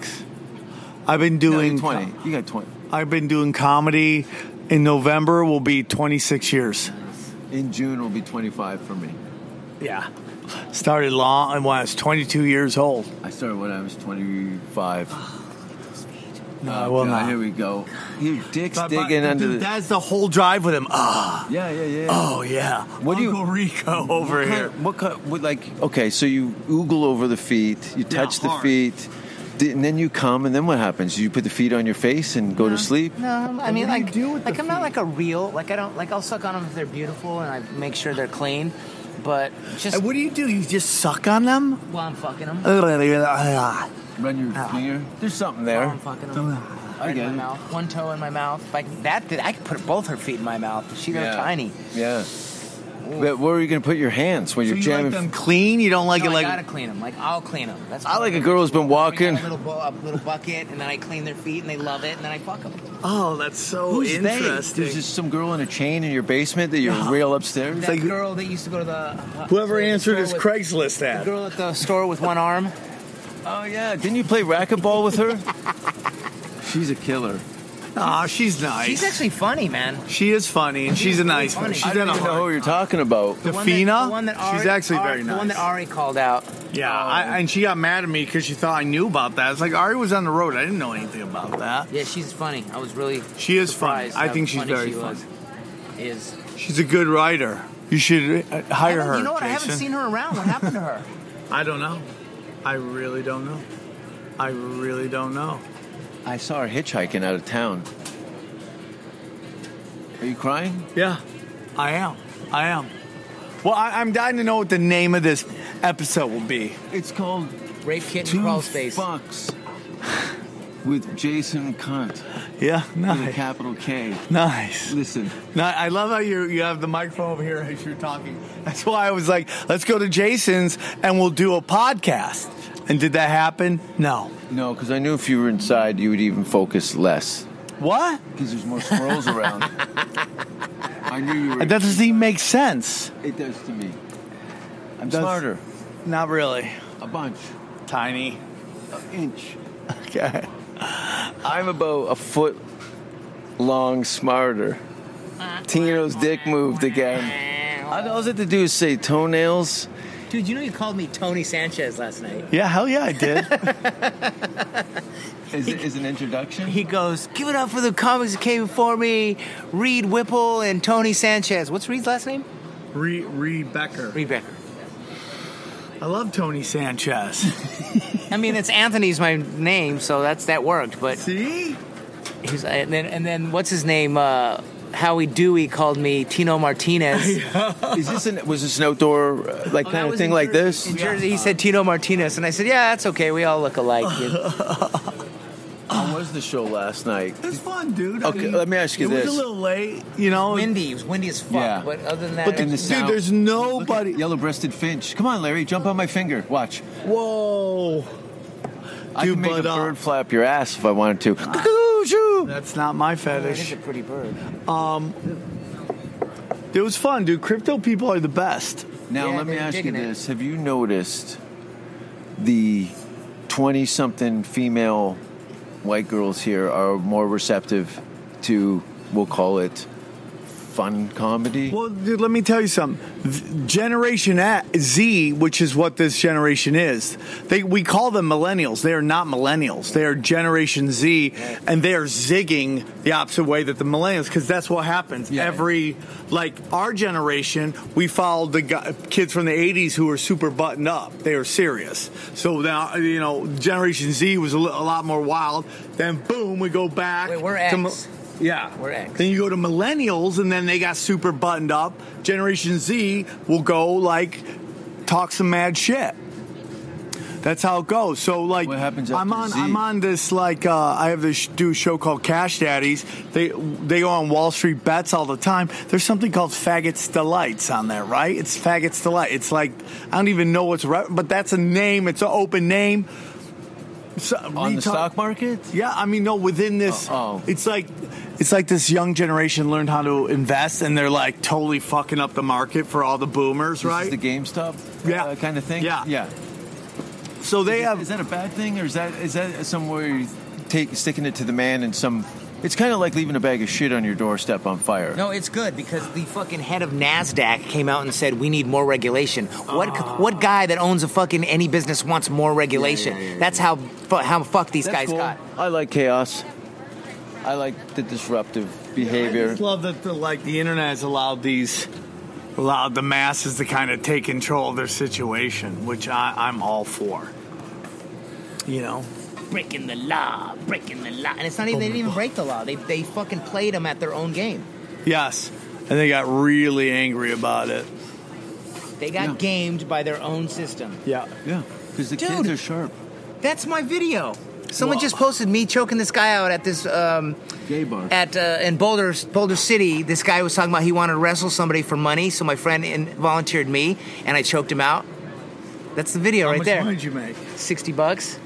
F: I've been
G: No,
F: doing
G: you're 20. You got 20.
F: I've been doing comedy. In November will be 26 years.
G: In June will be 25 for me.
F: Yeah. Started long when I was 22 years old.
G: I started when I was 25.
F: No, I will
G: God,
F: not.
G: Here we go. Your dick's digging under the...
F: That's the whole drive with him. Ah,
G: yeah, yeah, yeah.
F: oh yeah.
G: What do you-
F: Uncle Rico over
G: Kind
F: here?
G: of- what kind? What like? Okay, so you oogle over the feet, you touch the
F: hard.
G: feet, di- and then you come, and then what happens? You put the feet on your face and go to sleep.
E: No, I mean
F: what do you
E: like,
F: do with
E: like
F: the
E: I'm not like a real like I don't like I'll suck on them if they're beautiful and I make sure they're clean, but just
F: And what do you do? You just suck on them?
E: while I'm fucking them,
F: Uh, That's
G: Run your finger. There's something there.
E: while I'm fucking them.
G: I get it.
E: One toe in my mouth. Like that, I could put both her feet in my mouth. She's
G: Yeah.
E: tiny.
G: Yeah. But where are you going to put your hands when you're
F: you like
G: jamming?
F: them clean? You don't like
E: No, I
F: it like
E: gotta clean them. Like I'll clean them. That's
G: I like a
E: fine.
G: girl who's been
E: I got
G: walking.
E: a little, bo- a little bucket, and then I clean their feet, and they love it, and then I fuck them.
F: Oh, that's so
G: Who's they? There's
F: interesting.
G: just some girl in a chain in your basement that you're real upstairs.
E: That
F: like-
E: girl that used to go to the uh,
F: Whoever
E: the
F: answered
E: store
F: his
E: with-
F: Craigslist
E: the
F: ad.
E: girl at the store with one arm.
G: oh yeah, didn't you play racquetball with
F: [laughs]
G: her? She's a killer.
F: Aw, she's nice.
E: She's actually funny, man.
F: she is funny and she's a
E: really
F: nice one.
E: funny.
F: She's
G: I
F: in
G: don't
F: a
G: even know who
F: hard.
G: you're talking about.
E: The one that-
F: Dafina?
E: the one that Ari,
F: She's actually
E: Ari-
F: very
E: The one
F: nice.
E: that Ari called out.
F: Yeah, I, and she got mad at me because she thought I knew about that. It's like Ari was on the road. I didn't know anything about that.
E: Yeah, she's funny. I was really.
F: She is funny.
E: surprised
F: I
E: how
F: think she's
E: funny
F: very
E: she
F: funny.
E: was. Is
F: She's a good writer. You should uh,
E: I
F: hire
E: don't-
F: her.
E: You know what? I haven't
F: Jason.
E: seen her around. What happened to
F: [laughs]
E: her?
F: I don't know. I really don't know. I really don't know.
G: I saw her hitchhiking out of town. Are you crying?
F: Yeah, I am. I am. Well, I, I'm dying to know what the name of this episode will be.
G: It's called
E: Rape kitten
G: Two
E: crawl space.
G: Fucks with Jason Cunt
F: Yeah,
G: with a
F: nice,
G: capital K.
F: nice.
G: Listen,
F: No, I love how you you have the microphone over here as you're talking. That's why I was like, let's go to Jason's and we'll do a podcast. And did that happen? No.
G: no, because I knew if you were inside, you would even focus less.
F: What?
G: because there's more squirrels [laughs] around. I knew you were.
F: That doesn't even make sense.
G: it does to me. I'm
F: That's-
G: smarter.
F: Not really.
G: A bunch.
F: Tiny.
G: An [laughs] inch.
F: Okay.
G: I'm about a foot long smarter.
E: Uh-huh.
G: Tino's dick moved
E: [laughs]
G: again. All I had to do is say toenails.
E: Dude, you know you called me Tony Sanchez last night.
F: Yeah, hell yeah, I did.
G: Is, is an introduction?
E: He goes, give it up for the comics that came before me, Reed Whipple and Tony Sanchez. What's Reed's last name?
F: Re- Rebecker.
E: Reed Becker.
F: I love Tony Sanchez.
E: I mean, it's Anthony's my name, so that's that worked. But
F: See?
E: he's, and then and then what's his name? Uh, Howie Dewey called me Tino [laughs] Martinez.
G: Is this an was this an outdoor uh, like
E: Oh, That
G: kind of
E: was
G: thing
E: in
G: like
E: Jersey.
G: this?
E: In Jersey, he said Tino Martinez, and I said, yeah, that's okay. We all look alike.
G: How was the show last night?
F: It was fun, dude.
G: Okay, let me ask you
F: it It
G: this.
F: was a little late, you
E: [laughs]
F: know.
E: windy, it was windy as fuck.
G: Yeah.
E: But other than that,
F: but the,
G: And the
F: dude,
G: sound.
F: there's nobody.
G: Yellow-breasted finch. Come on, Larry, jump on my finger. Watch.
F: Whoa.
G: I
F: Dude,
G: can make a
F: but, uh,
G: bird flap your ass if I wanted to. Cuckoo, shoo.
F: That's not my
E: it is [laughs]
F: fetish.
E: a pretty bird.
F: It was fun, dude. Crypto people are the best.
G: Now
E: Yeah,
G: let me
E: they're
G: ask you
E: digging it.
G: this: Have you noticed the twenty-something female white girls here are more receptive to, we'll call it, fun comedy?
F: Well, dude, let me tell you something. Th- Generation A- Z, which is what this generation is, they we call them millennials. They are not millennials. They are Generation Z, and they are zigging the opposite way that the millennials, because that's what happens
G: Yeah.
F: every. Like our generation, we followed the gu kids from the '80s who were super buttoned up. They were serious. So now you know, Generation Z was a li- a lot more wild. Then boom, we go back.
E: Wait, we're
F: to mi-
E: X.
F: yeah.
E: We're X.
F: Then you go to millennials, and then they got super buttoned up. Generation Z will go like talk some mad shit. That's how it goes. So like,
G: What happens
F: I'm on
G: after Z?
F: I'm on this like uh, I have this sh- do show called Cash Daddies. They they go on Wall Street bets all the time. There's something called Faggots Delights on there, right? It's Faggots Delight. It's like I don't even know what's re- but that's a name. It's an open name. So,
G: on the
F: retard-
G: stock market?
F: yeah, I mean, no. Within this,
G: Oh, oh.
F: it's like it's like this young generation learned how to invest, and they're like totally fucking up the market for all the boomers,
G: This
F: right?
G: is the GameStop,
F: Yeah.
G: uh, kind of thing.
F: Yeah.
G: yeah.
F: so they
G: Is-
E: Um,
F: have
G: Is that a bad thing, or is that is that somewhere you take sticking it to the man and some? It's kind of like leaving a bag of shit on your doorstep on fire.
E: No, it's good because the fucking head of Nasdaq came out and said we need more regulation. What
G: Ah.
E: what guy that owns a fucking any business wants more regulation? That's how fu- how fuck these
G: That's
E: guys
G: cool.
E: got.
G: I like chaos. I like the disruptive
F: I
G: behavior.
F: just love that the like the internet has allowed these allowed the masses to kind of take control of their situation, which I, I'm all for. You know,
E: Breaking the law, breaking the law, and it's not even they didn't even break the law. They they fucking played them at their own game.
F: yes, and they got really angry about it.
E: They got
G: Yeah.
E: gamed by their own system.
F: Yeah,
G: yeah, because the
E: Dude.
G: kids are sharp.
E: That's my video. Someone
F: Whoa.
E: just posted me choking this guy out at this um,
G: Gay bar.
E: at uh, in Boulder Boulder City, this guy was talking about he wanted to wrestle somebody for money. So my friend in, volunteered me, and I choked him out. That's the video
F: How
E: right
F: much
E: there.
F: money did you make?
E: Sixty bucks.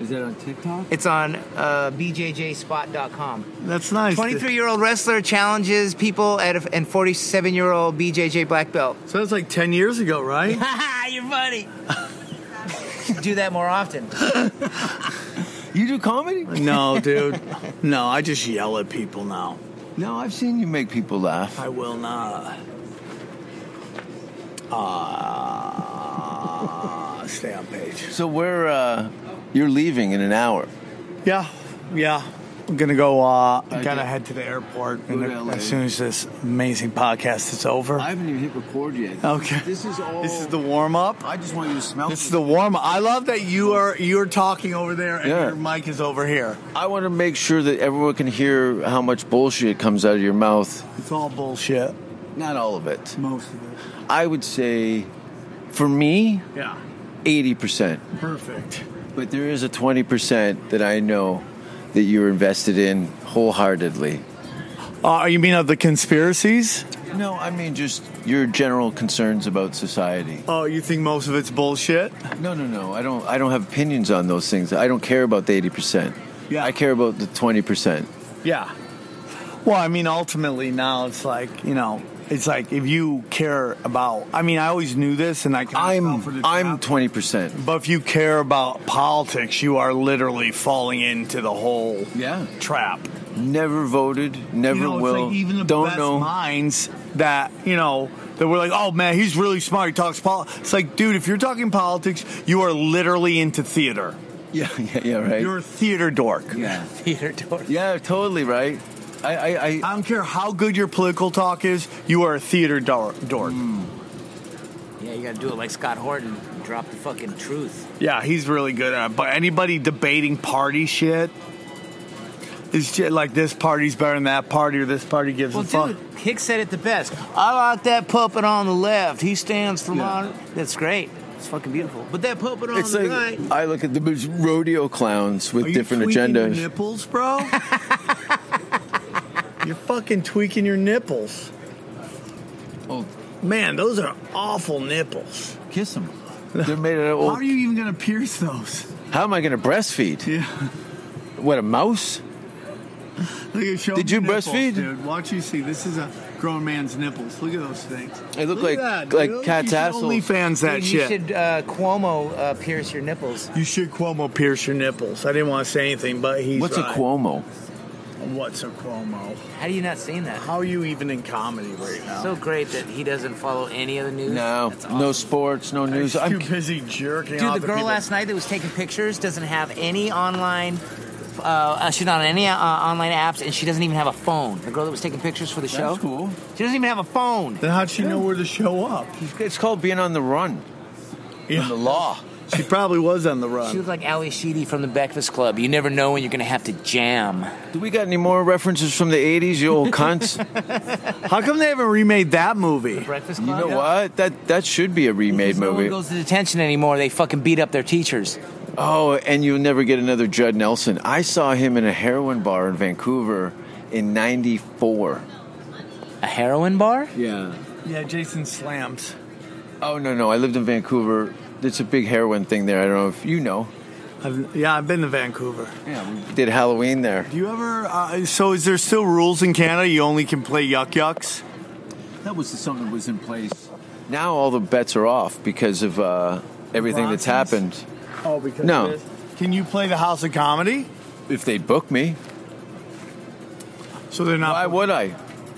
G: Is that on TikTok?
E: It's on uh, bjjspot.com.
F: That's nice.
E: Twenty-three-year-old wrestler challenges people at a, and forty-seven-year-old BJJ black
F: [laughs]
E: belt.
F: So that's like ten years ago, right?
E: Ha You're funny. Do that more
F: [laughs]
E: often.
G: You do comedy?
F: [laughs] No, dude. No, I just yell at people now.
G: No, I've seen you make people laugh.
F: I will not. Uh, stay on page.
G: So we're uh, you're leaving in an hour.
F: Yeah, yeah. I'm gonna go. Uh,
G: I
F: I gotta
G: did-
F: head to the airport
G: Go to
F: and
G: LA.
F: as soon as this amazing podcast is over.
G: haven't even hit record yet.
F: Okay.
G: This is all.
F: This Oh. is the warm up.
G: I just want you to smell.
F: This is the warm up. I love that you are you're talking over there and
G: Yeah.
F: your mic is over here.
G: I want to make sure that everyone can hear how much bullshit comes out of your mouth.
F: It's all bullshit.
G: Not all of it.
F: Most of it.
G: I would say, for me,
F: Yeah.
G: 80%.
F: Perfect.
G: But there is a 20% that I know that you're invested in wholeheartedly.
F: Uh, you mean of the conspiracies?
G: No, I mean just your general concerns about society.
F: Oh, you think most of it's bullshit?
G: No, no, no. I don't I don't have opinions on those things. I don't care about the 80%.
F: Yeah.
G: I care about the 20%.
F: Yeah. Well, I mean, ultimately now it's like you know, it's like if you care about. I mean, I always knew this, and I kinda fell for
G: I'm
F: the
G: I'm
F: trap.
G: twenty percent.
F: But if you care about politics, you are literally falling into the whole
G: Yeah.
F: trap.
G: Never voted. Never
F: you know,
G: will.
F: It's like even the
G: Don't
F: best
G: know.
F: minds that you know that were like, oh man, he's really smart. He talks politics. It's like, dude, if you're talking politics, you are literally into theater.
G: [laughs] Yeah, yeah, yeah. Right.
F: You're a theater dork.
G: yeah.
E: Theater door.
G: Yeah. Totally right. I I, I
F: I don't care how good your political talk is, you are a theater dor- dork.
E: Yeah, you gotta do it like Scott Horton. Drop the fucking truth.
F: Yeah, he's really good at it. But anybody debating party shit is shit like this party's better than that party or this party gives
E: Well,
F: a fuck.
E: dude, Hicks said it the best. I like that puppet on the left. He stands for mine. That's great. It's fucking beautiful. But that puppet on
G: it's
E: the
G: like
E: right.
G: I look at the rodeo clowns with
F: Are you
G: different
F: tweaking your
G: agendas.
F: nipples, bro. [laughs] You're fucking tweaking your nipples.
G: Oh,
F: Man, those are awful nipples.
G: kiss them. [laughs] They're made out of
F: How
G: old.
F: are you even gonna pierce those? [laughs]
G: How am I going to breastfeed?
F: Yeah.
G: What a mouse?
F: Look at show
G: Did
F: me
G: you
F: nipples,
G: breastfeed?
F: dude? Watch you see. This is a grown man's nipples. Look at those things.
G: They look
F: Look at
G: like
F: that,
G: like
F: dude.
G: cat's
F: You should
G: assholes.
F: OnlyFans that
E: Dude, you
F: shit.
E: should uh, Cuomo uh, pierce your nipples.
F: You should Cuomo pierce your nipples. I didn't want to say anything, but he's
G: What's
F: right.
G: a Cuomo?
F: What's a Cuomo?
E: How do you not seen that?
F: How are you even in comedy right now?
E: So great that he doesn't follow any of the news.
G: No,
E: That's
G: no
E: awesome.
G: sports, no
F: He's
G: news.
F: too
G: I'm,
F: busy jerking
E: Dude,
F: off
E: the
F: to
E: girl
F: people.
E: last night that was taking pictures doesn't have any online. Uh, uh, she's not on any uh, online apps, and she doesn't even have a phone. The girl that was taking pictures for the show.
G: cool.
E: She doesn't even have a phone.
F: Then how'd she know where to show up?
G: it's called being on the run.
F: Yeah.
G: The law.
F: She probably was on the
E: She
F: run.
E: looked like Ali Sheedy from the Breakfast Club. You never know when you're gonna have to jam.
G: Do we got any more references from the '80s, you old cunts? [laughs]
F: How come they haven't remade that movie?
E: Breakfast
G: you
E: Club.
G: know what? That that should be a remade
E: No one
G: movie.
E: goes to detention anymore. They fucking beat up their teachers.
G: Oh, and you'll never get another Judd Nelson. I saw him in a heroin bar in Vancouver in '94.
E: A heroin bar?
G: Yeah.
F: Yeah, Jason slams.
G: Oh no no! I lived in Vancouver. It's a big heroin thing there. I don't know if you know.
F: I've, yeah, I've been to Vancouver.
G: Yeah, we did Halloween there.
F: Do you ever? Uh, so, is there still rules in Canada? You only can play yuck yucks.
G: That was the song that was in place. Now all the bets are off because of uh, everything that's happened.
F: Bronson's? Oh, because
G: No.
F: of this? Can you play the House of Comedy?
G: If they'd book me,
F: So they're not.
G: why would I?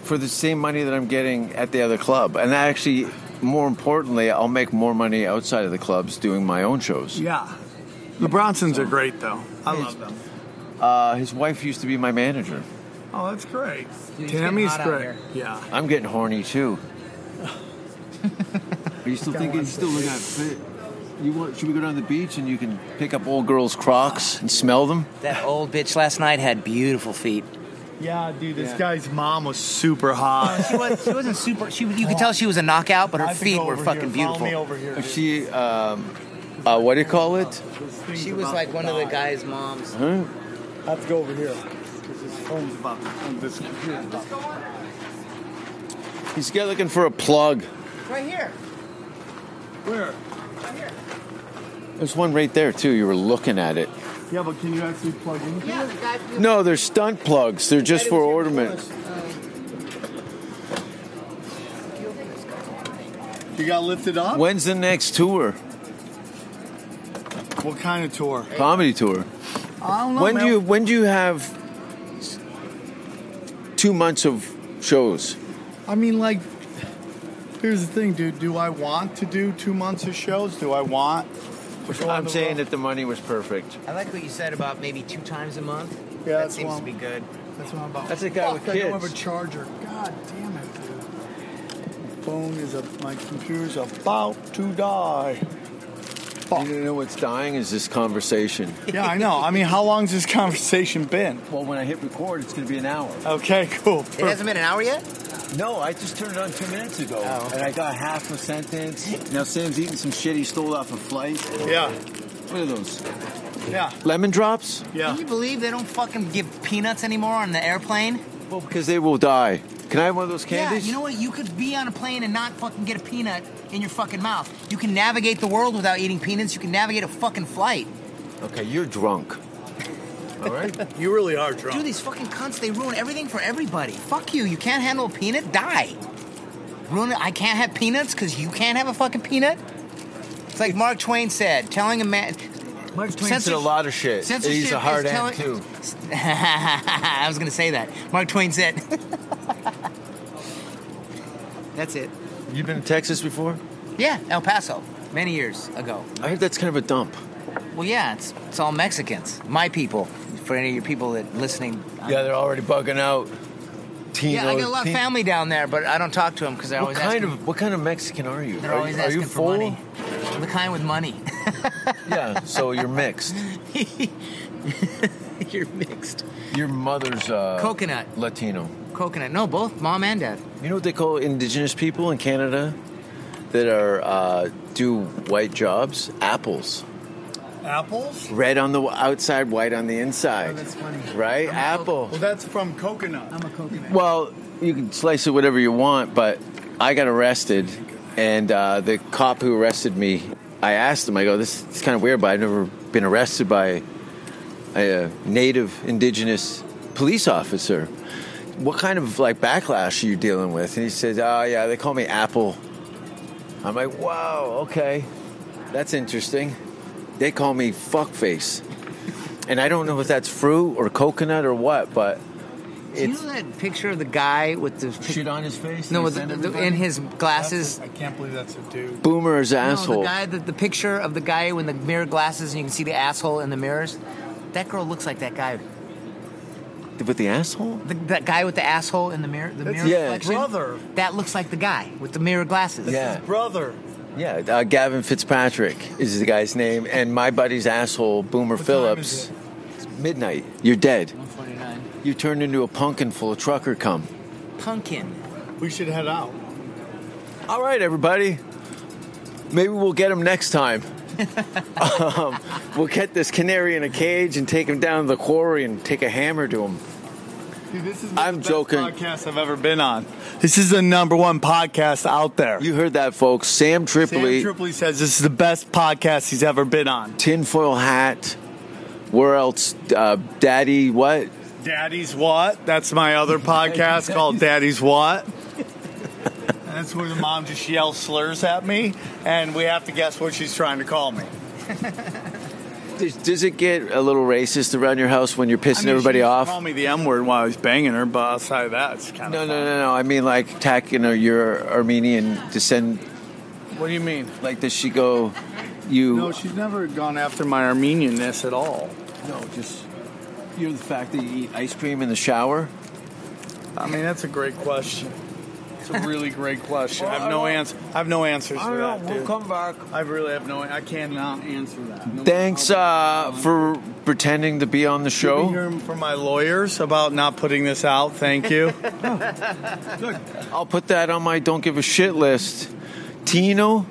G: For the same money that I'm getting at the other club, and I actually, more importantly, I'll make more money outside of the clubs doing my own shows.
F: Yeah. The Bronsons are great, though. I love them.
G: Uh, his wife used to be my manager.
F: Oh, that's great.
E: it's getting
F: Tammy's
E: hot out
F: great.
E: here.
F: Yeah.
G: I'm getting horny too. [laughs] Are you still thinking? Still looking at fit? You want? Should we go down to the beach and you can pick up old girls' Crocs and smell them?
E: That old bitch last night had beautiful feet.
F: Yeah, dude. This guy's mom was super hot. [laughs]
E: She, was, she wasn't super. She, you could tell she was a knockout, but her feet were fucking beautiful.
F: over here.
G: Is She, um, uh, what do you call it?
E: She was like one of the guy's moms.
F: I have to go over here because his phone's about to this computer's about to-
G: He's got looking for a plug.
E: Right here.
F: Where?
G: There's one right there too. You were looking at it.
F: Yeah, but can you actually plug in?
E: Yeah, the guy.
G: No, they're stunt plugs. They're just for ornament.
F: You got lifted up? What,
G: When's the next tour?
F: kind of tour?
G: Comedy tour.
F: I don't know.
G: When do
F: man.
G: you when do you have two months of shows?
F: I mean, like, here's the thing, dude. Do I want to do two months of shows? Do I want?
G: I'm saying that the money was perfect.
E: I like what you said about maybe two times a month.
F: Yeah,
E: that
F: that's
E: seems
F: one.
E: to be good.
F: That's what I'm about.
G: That's a guy
F: Fuck,
G: with
F: I don't
G: kids.
F: have a charger. God damn it, dude. My phone is a. My computer's about to die. Fuck.
G: You know what's dying is this conversation.
F: yeah, I know. I mean, how long's this conversation been?
G: Well, when I hit record, it's going to be an hour.
F: Okay, cool.
E: It hasn't been an hour yet.
G: No, I just turned it on two minutes ago, and I got half a sentence. Now Sam's eating some shit he stole off a flight.
F: Yeah,
G: What are those?
F: yeah,
G: Lemon drops?
F: yeah.
E: Can you believe they don't fucking give peanuts anymore on the airplane?
G: Well, because they will die. Can I have one of those candies?
E: Yeah, you know what? You could be on a plane and not fucking get a peanut in your fucking mouth. You can navigate the world without eating peanuts. You can navigate a fucking flight.
G: Okay, you're drunk.
I: All right.
F: You really are drunk.
E: Dude, these fucking cunts, they ruin everything for everybody. Fuck you. You can't handle a peanut? Die. Ruin it. I can't have peanuts because you can't have a fucking peanut? It's like Mark Twain said, telling a man.
I: Mark Twain
E: Censorship-
I: said a lot of shit. And
E: Censorship
I: He's a hard
E: is
I: ass
E: telling-
I: too.
E: [laughs] I was going to say that. Mark Twain said. [laughs] that's it.
G: You've been to Texas before?
E: Yeah, El Paso, many years ago.
G: I heard that's kind of a dump.
E: Well, yeah, it's, it's all Mexicans. My people. For any of your people that listening. I'm-
G: Yeah, they're already bugging out. Tino,
E: yeah, I got a lot of
G: Ti-
E: family down there, but I don't talk to them because I
G: What
E: always
G: kind
E: ask
G: of what kind of Mexican are you?
E: They're
G: are
E: always
G: you, are
E: asking
G: you
E: for
G: full?
E: money. The kind with money.
G: [laughs]
E: [laughs]
G: yeah, so you're mixed.
E: You're mixed.
G: Your mother's uh,
E: Coconut.
G: Latino.
E: Coconut. No, both mom and dad.
G: You know what they call indigenous people in Canada that are uh, do white jobs? Apples.
F: Apples?
G: Red on the outside, white on the inside.
I: that's funny.
G: Right?
E: Oh, I'm a
G: Apple.
F: Well, that's from coconut.
I: I'm a coconut.
G: Well, you can slice it whatever you want, but I got arrested, and uh, the cop who arrested me, I asked him, I go, this is kind of weird, but I've never been arrested by a, uh native indigenous police officer. What kind of like backlash are you dealing with? And he says, oh, yeah, they call me Apple. I'm like, wow, okay, that's interesting. They call me fuckface. And I don't know if that's fruit or coconut or what, but
E: Do you
G: it's
E: know that picture of the guy with the
G: shit on his face?
E: no,
G: They
E: with the,
G: send
E: the-
G: everybody?
E: in his glasses?
F: I can't believe that's a dude.
G: boomer's asshole.
E: No, the guy, the, the picture of the guy with the mirror glasses, and you can see the asshole in the mirrors. That girl looks like that guy.
G: with the asshole?
E: The, that guy with the asshole in the mirror, the mirror
G: yeah.
E: reflection.
F: Brother.
E: That looks like the guy with the mirror glasses.
G: Yeah,
F: Brother.
G: yeah. Uh, Gavin Fitzpatrick is the guy's name, and my buddy's asshole, Boomer
F: time
G: Phillips.
F: is it?
G: It's midnight. You're dead.
E: 149.
G: You turned into a pumpkin full of trucker cum.
E: Pumpkin.
F: We should head out.
G: All right, everybody. Maybe we'll get him next [laughs] time. um, we'll get this canary in a cage and take him down to the quarry and take a hammer to him.
F: Dude, this is
G: I'm
F: the best
G: joking.
F: podcast I've ever been on. This is the number one podcast out there.
G: You heard that, folks.
F: Sam
G: Sam Tripoli.
F: Tripoli says this is the best podcast he's ever been on.
G: tinfoil hat. Where else? Uh, Daddy, what?
F: Daddy's What? That's my other [laughs] podcast called Daddy's [laughs] What. And that's where the mom just yells slurs at me, and we have to guess what she's trying to call me.
G: Does, does it get a little racist around your house when you're pissing
F: I mean, she
G: everybody
F: used to
G: off?
F: Call me the M word while I was banging her, but outside of that, it's kind
G: No,
F: of
G: no, no, no. I mean, like, tack, you know, your Armenian descent.
F: What do you mean?
G: Like, does she go, you.
F: No, she's never gone after my Armenianness at all.
G: no, just. You're the fact that you eat ice cream in the shower?
F: I mean, that's a great question. It's a really great question. I have no answer. I have no answers for that, dude.
I: back.
F: I really have no. I cannot answer that. No
G: Thanks uh,
F: problem.
G: for pretending to be on the
F: Did we
G: show.
F: hear from my lawyers about not putting this out. Thank you.
G: I'll put that on my don't give a shit list. Tino?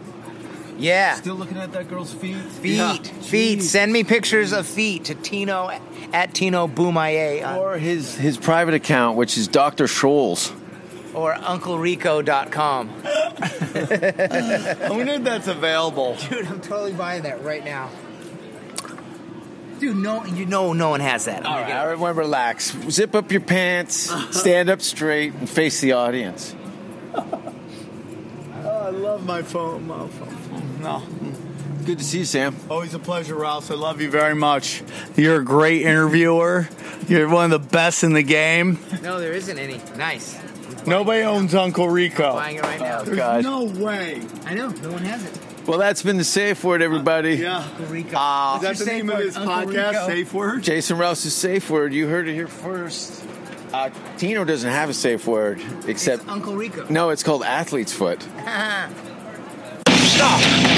I: [laughs]
E: Yeah.
I: Still looking at that girl's feet.
E: Feet,
F: Yeah.
E: feet. Send me pictures of feet to Tino at Tino Boumaye on-
G: Or his, his private account, which is Dr. Scholes.
E: or
F: [laughs]
E: UncleRico.com.
F: I wonder if that's available.
E: Dude, I'm totally buying that right now. Dude, no, you know, no one has that. I'm
G: All
E: gonna
G: right, Uh-huh.
E: get
G: all right, well, relax. Zip up your pants, stand up straight, and face the audience.
F: Oh, I love my phone. My phone. No.
G: Good to see you, Sam.
F: Always a pleasure, Rouse. I love you very much. You're a great interviewer. You're one of the best in the game.
E: it. No, there isn't any. Nice.
F: Nobody owns Uncle Rico.
E: Buying it right now.
G: There's God.
F: no way.
E: I know, no one has it.
G: Well, that's been the safe word, everybody.
F: Yeah.
E: Rico.
F: Ah. Is that the
E: safe
F: name of
E: word,
F: this
E: Uncle
F: podcast?
E: Rico.
F: Safe word?
G: Jason Rouse's safe word. You heard it here first. Uh, Tino doesn't have a safe word, except.
E: It's Uncle Rico.
G: no, it's called athlete's foot.
B: Stop!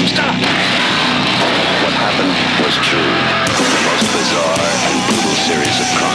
B: Stop! What happened was true. The most bizarre and brutal series of crimes.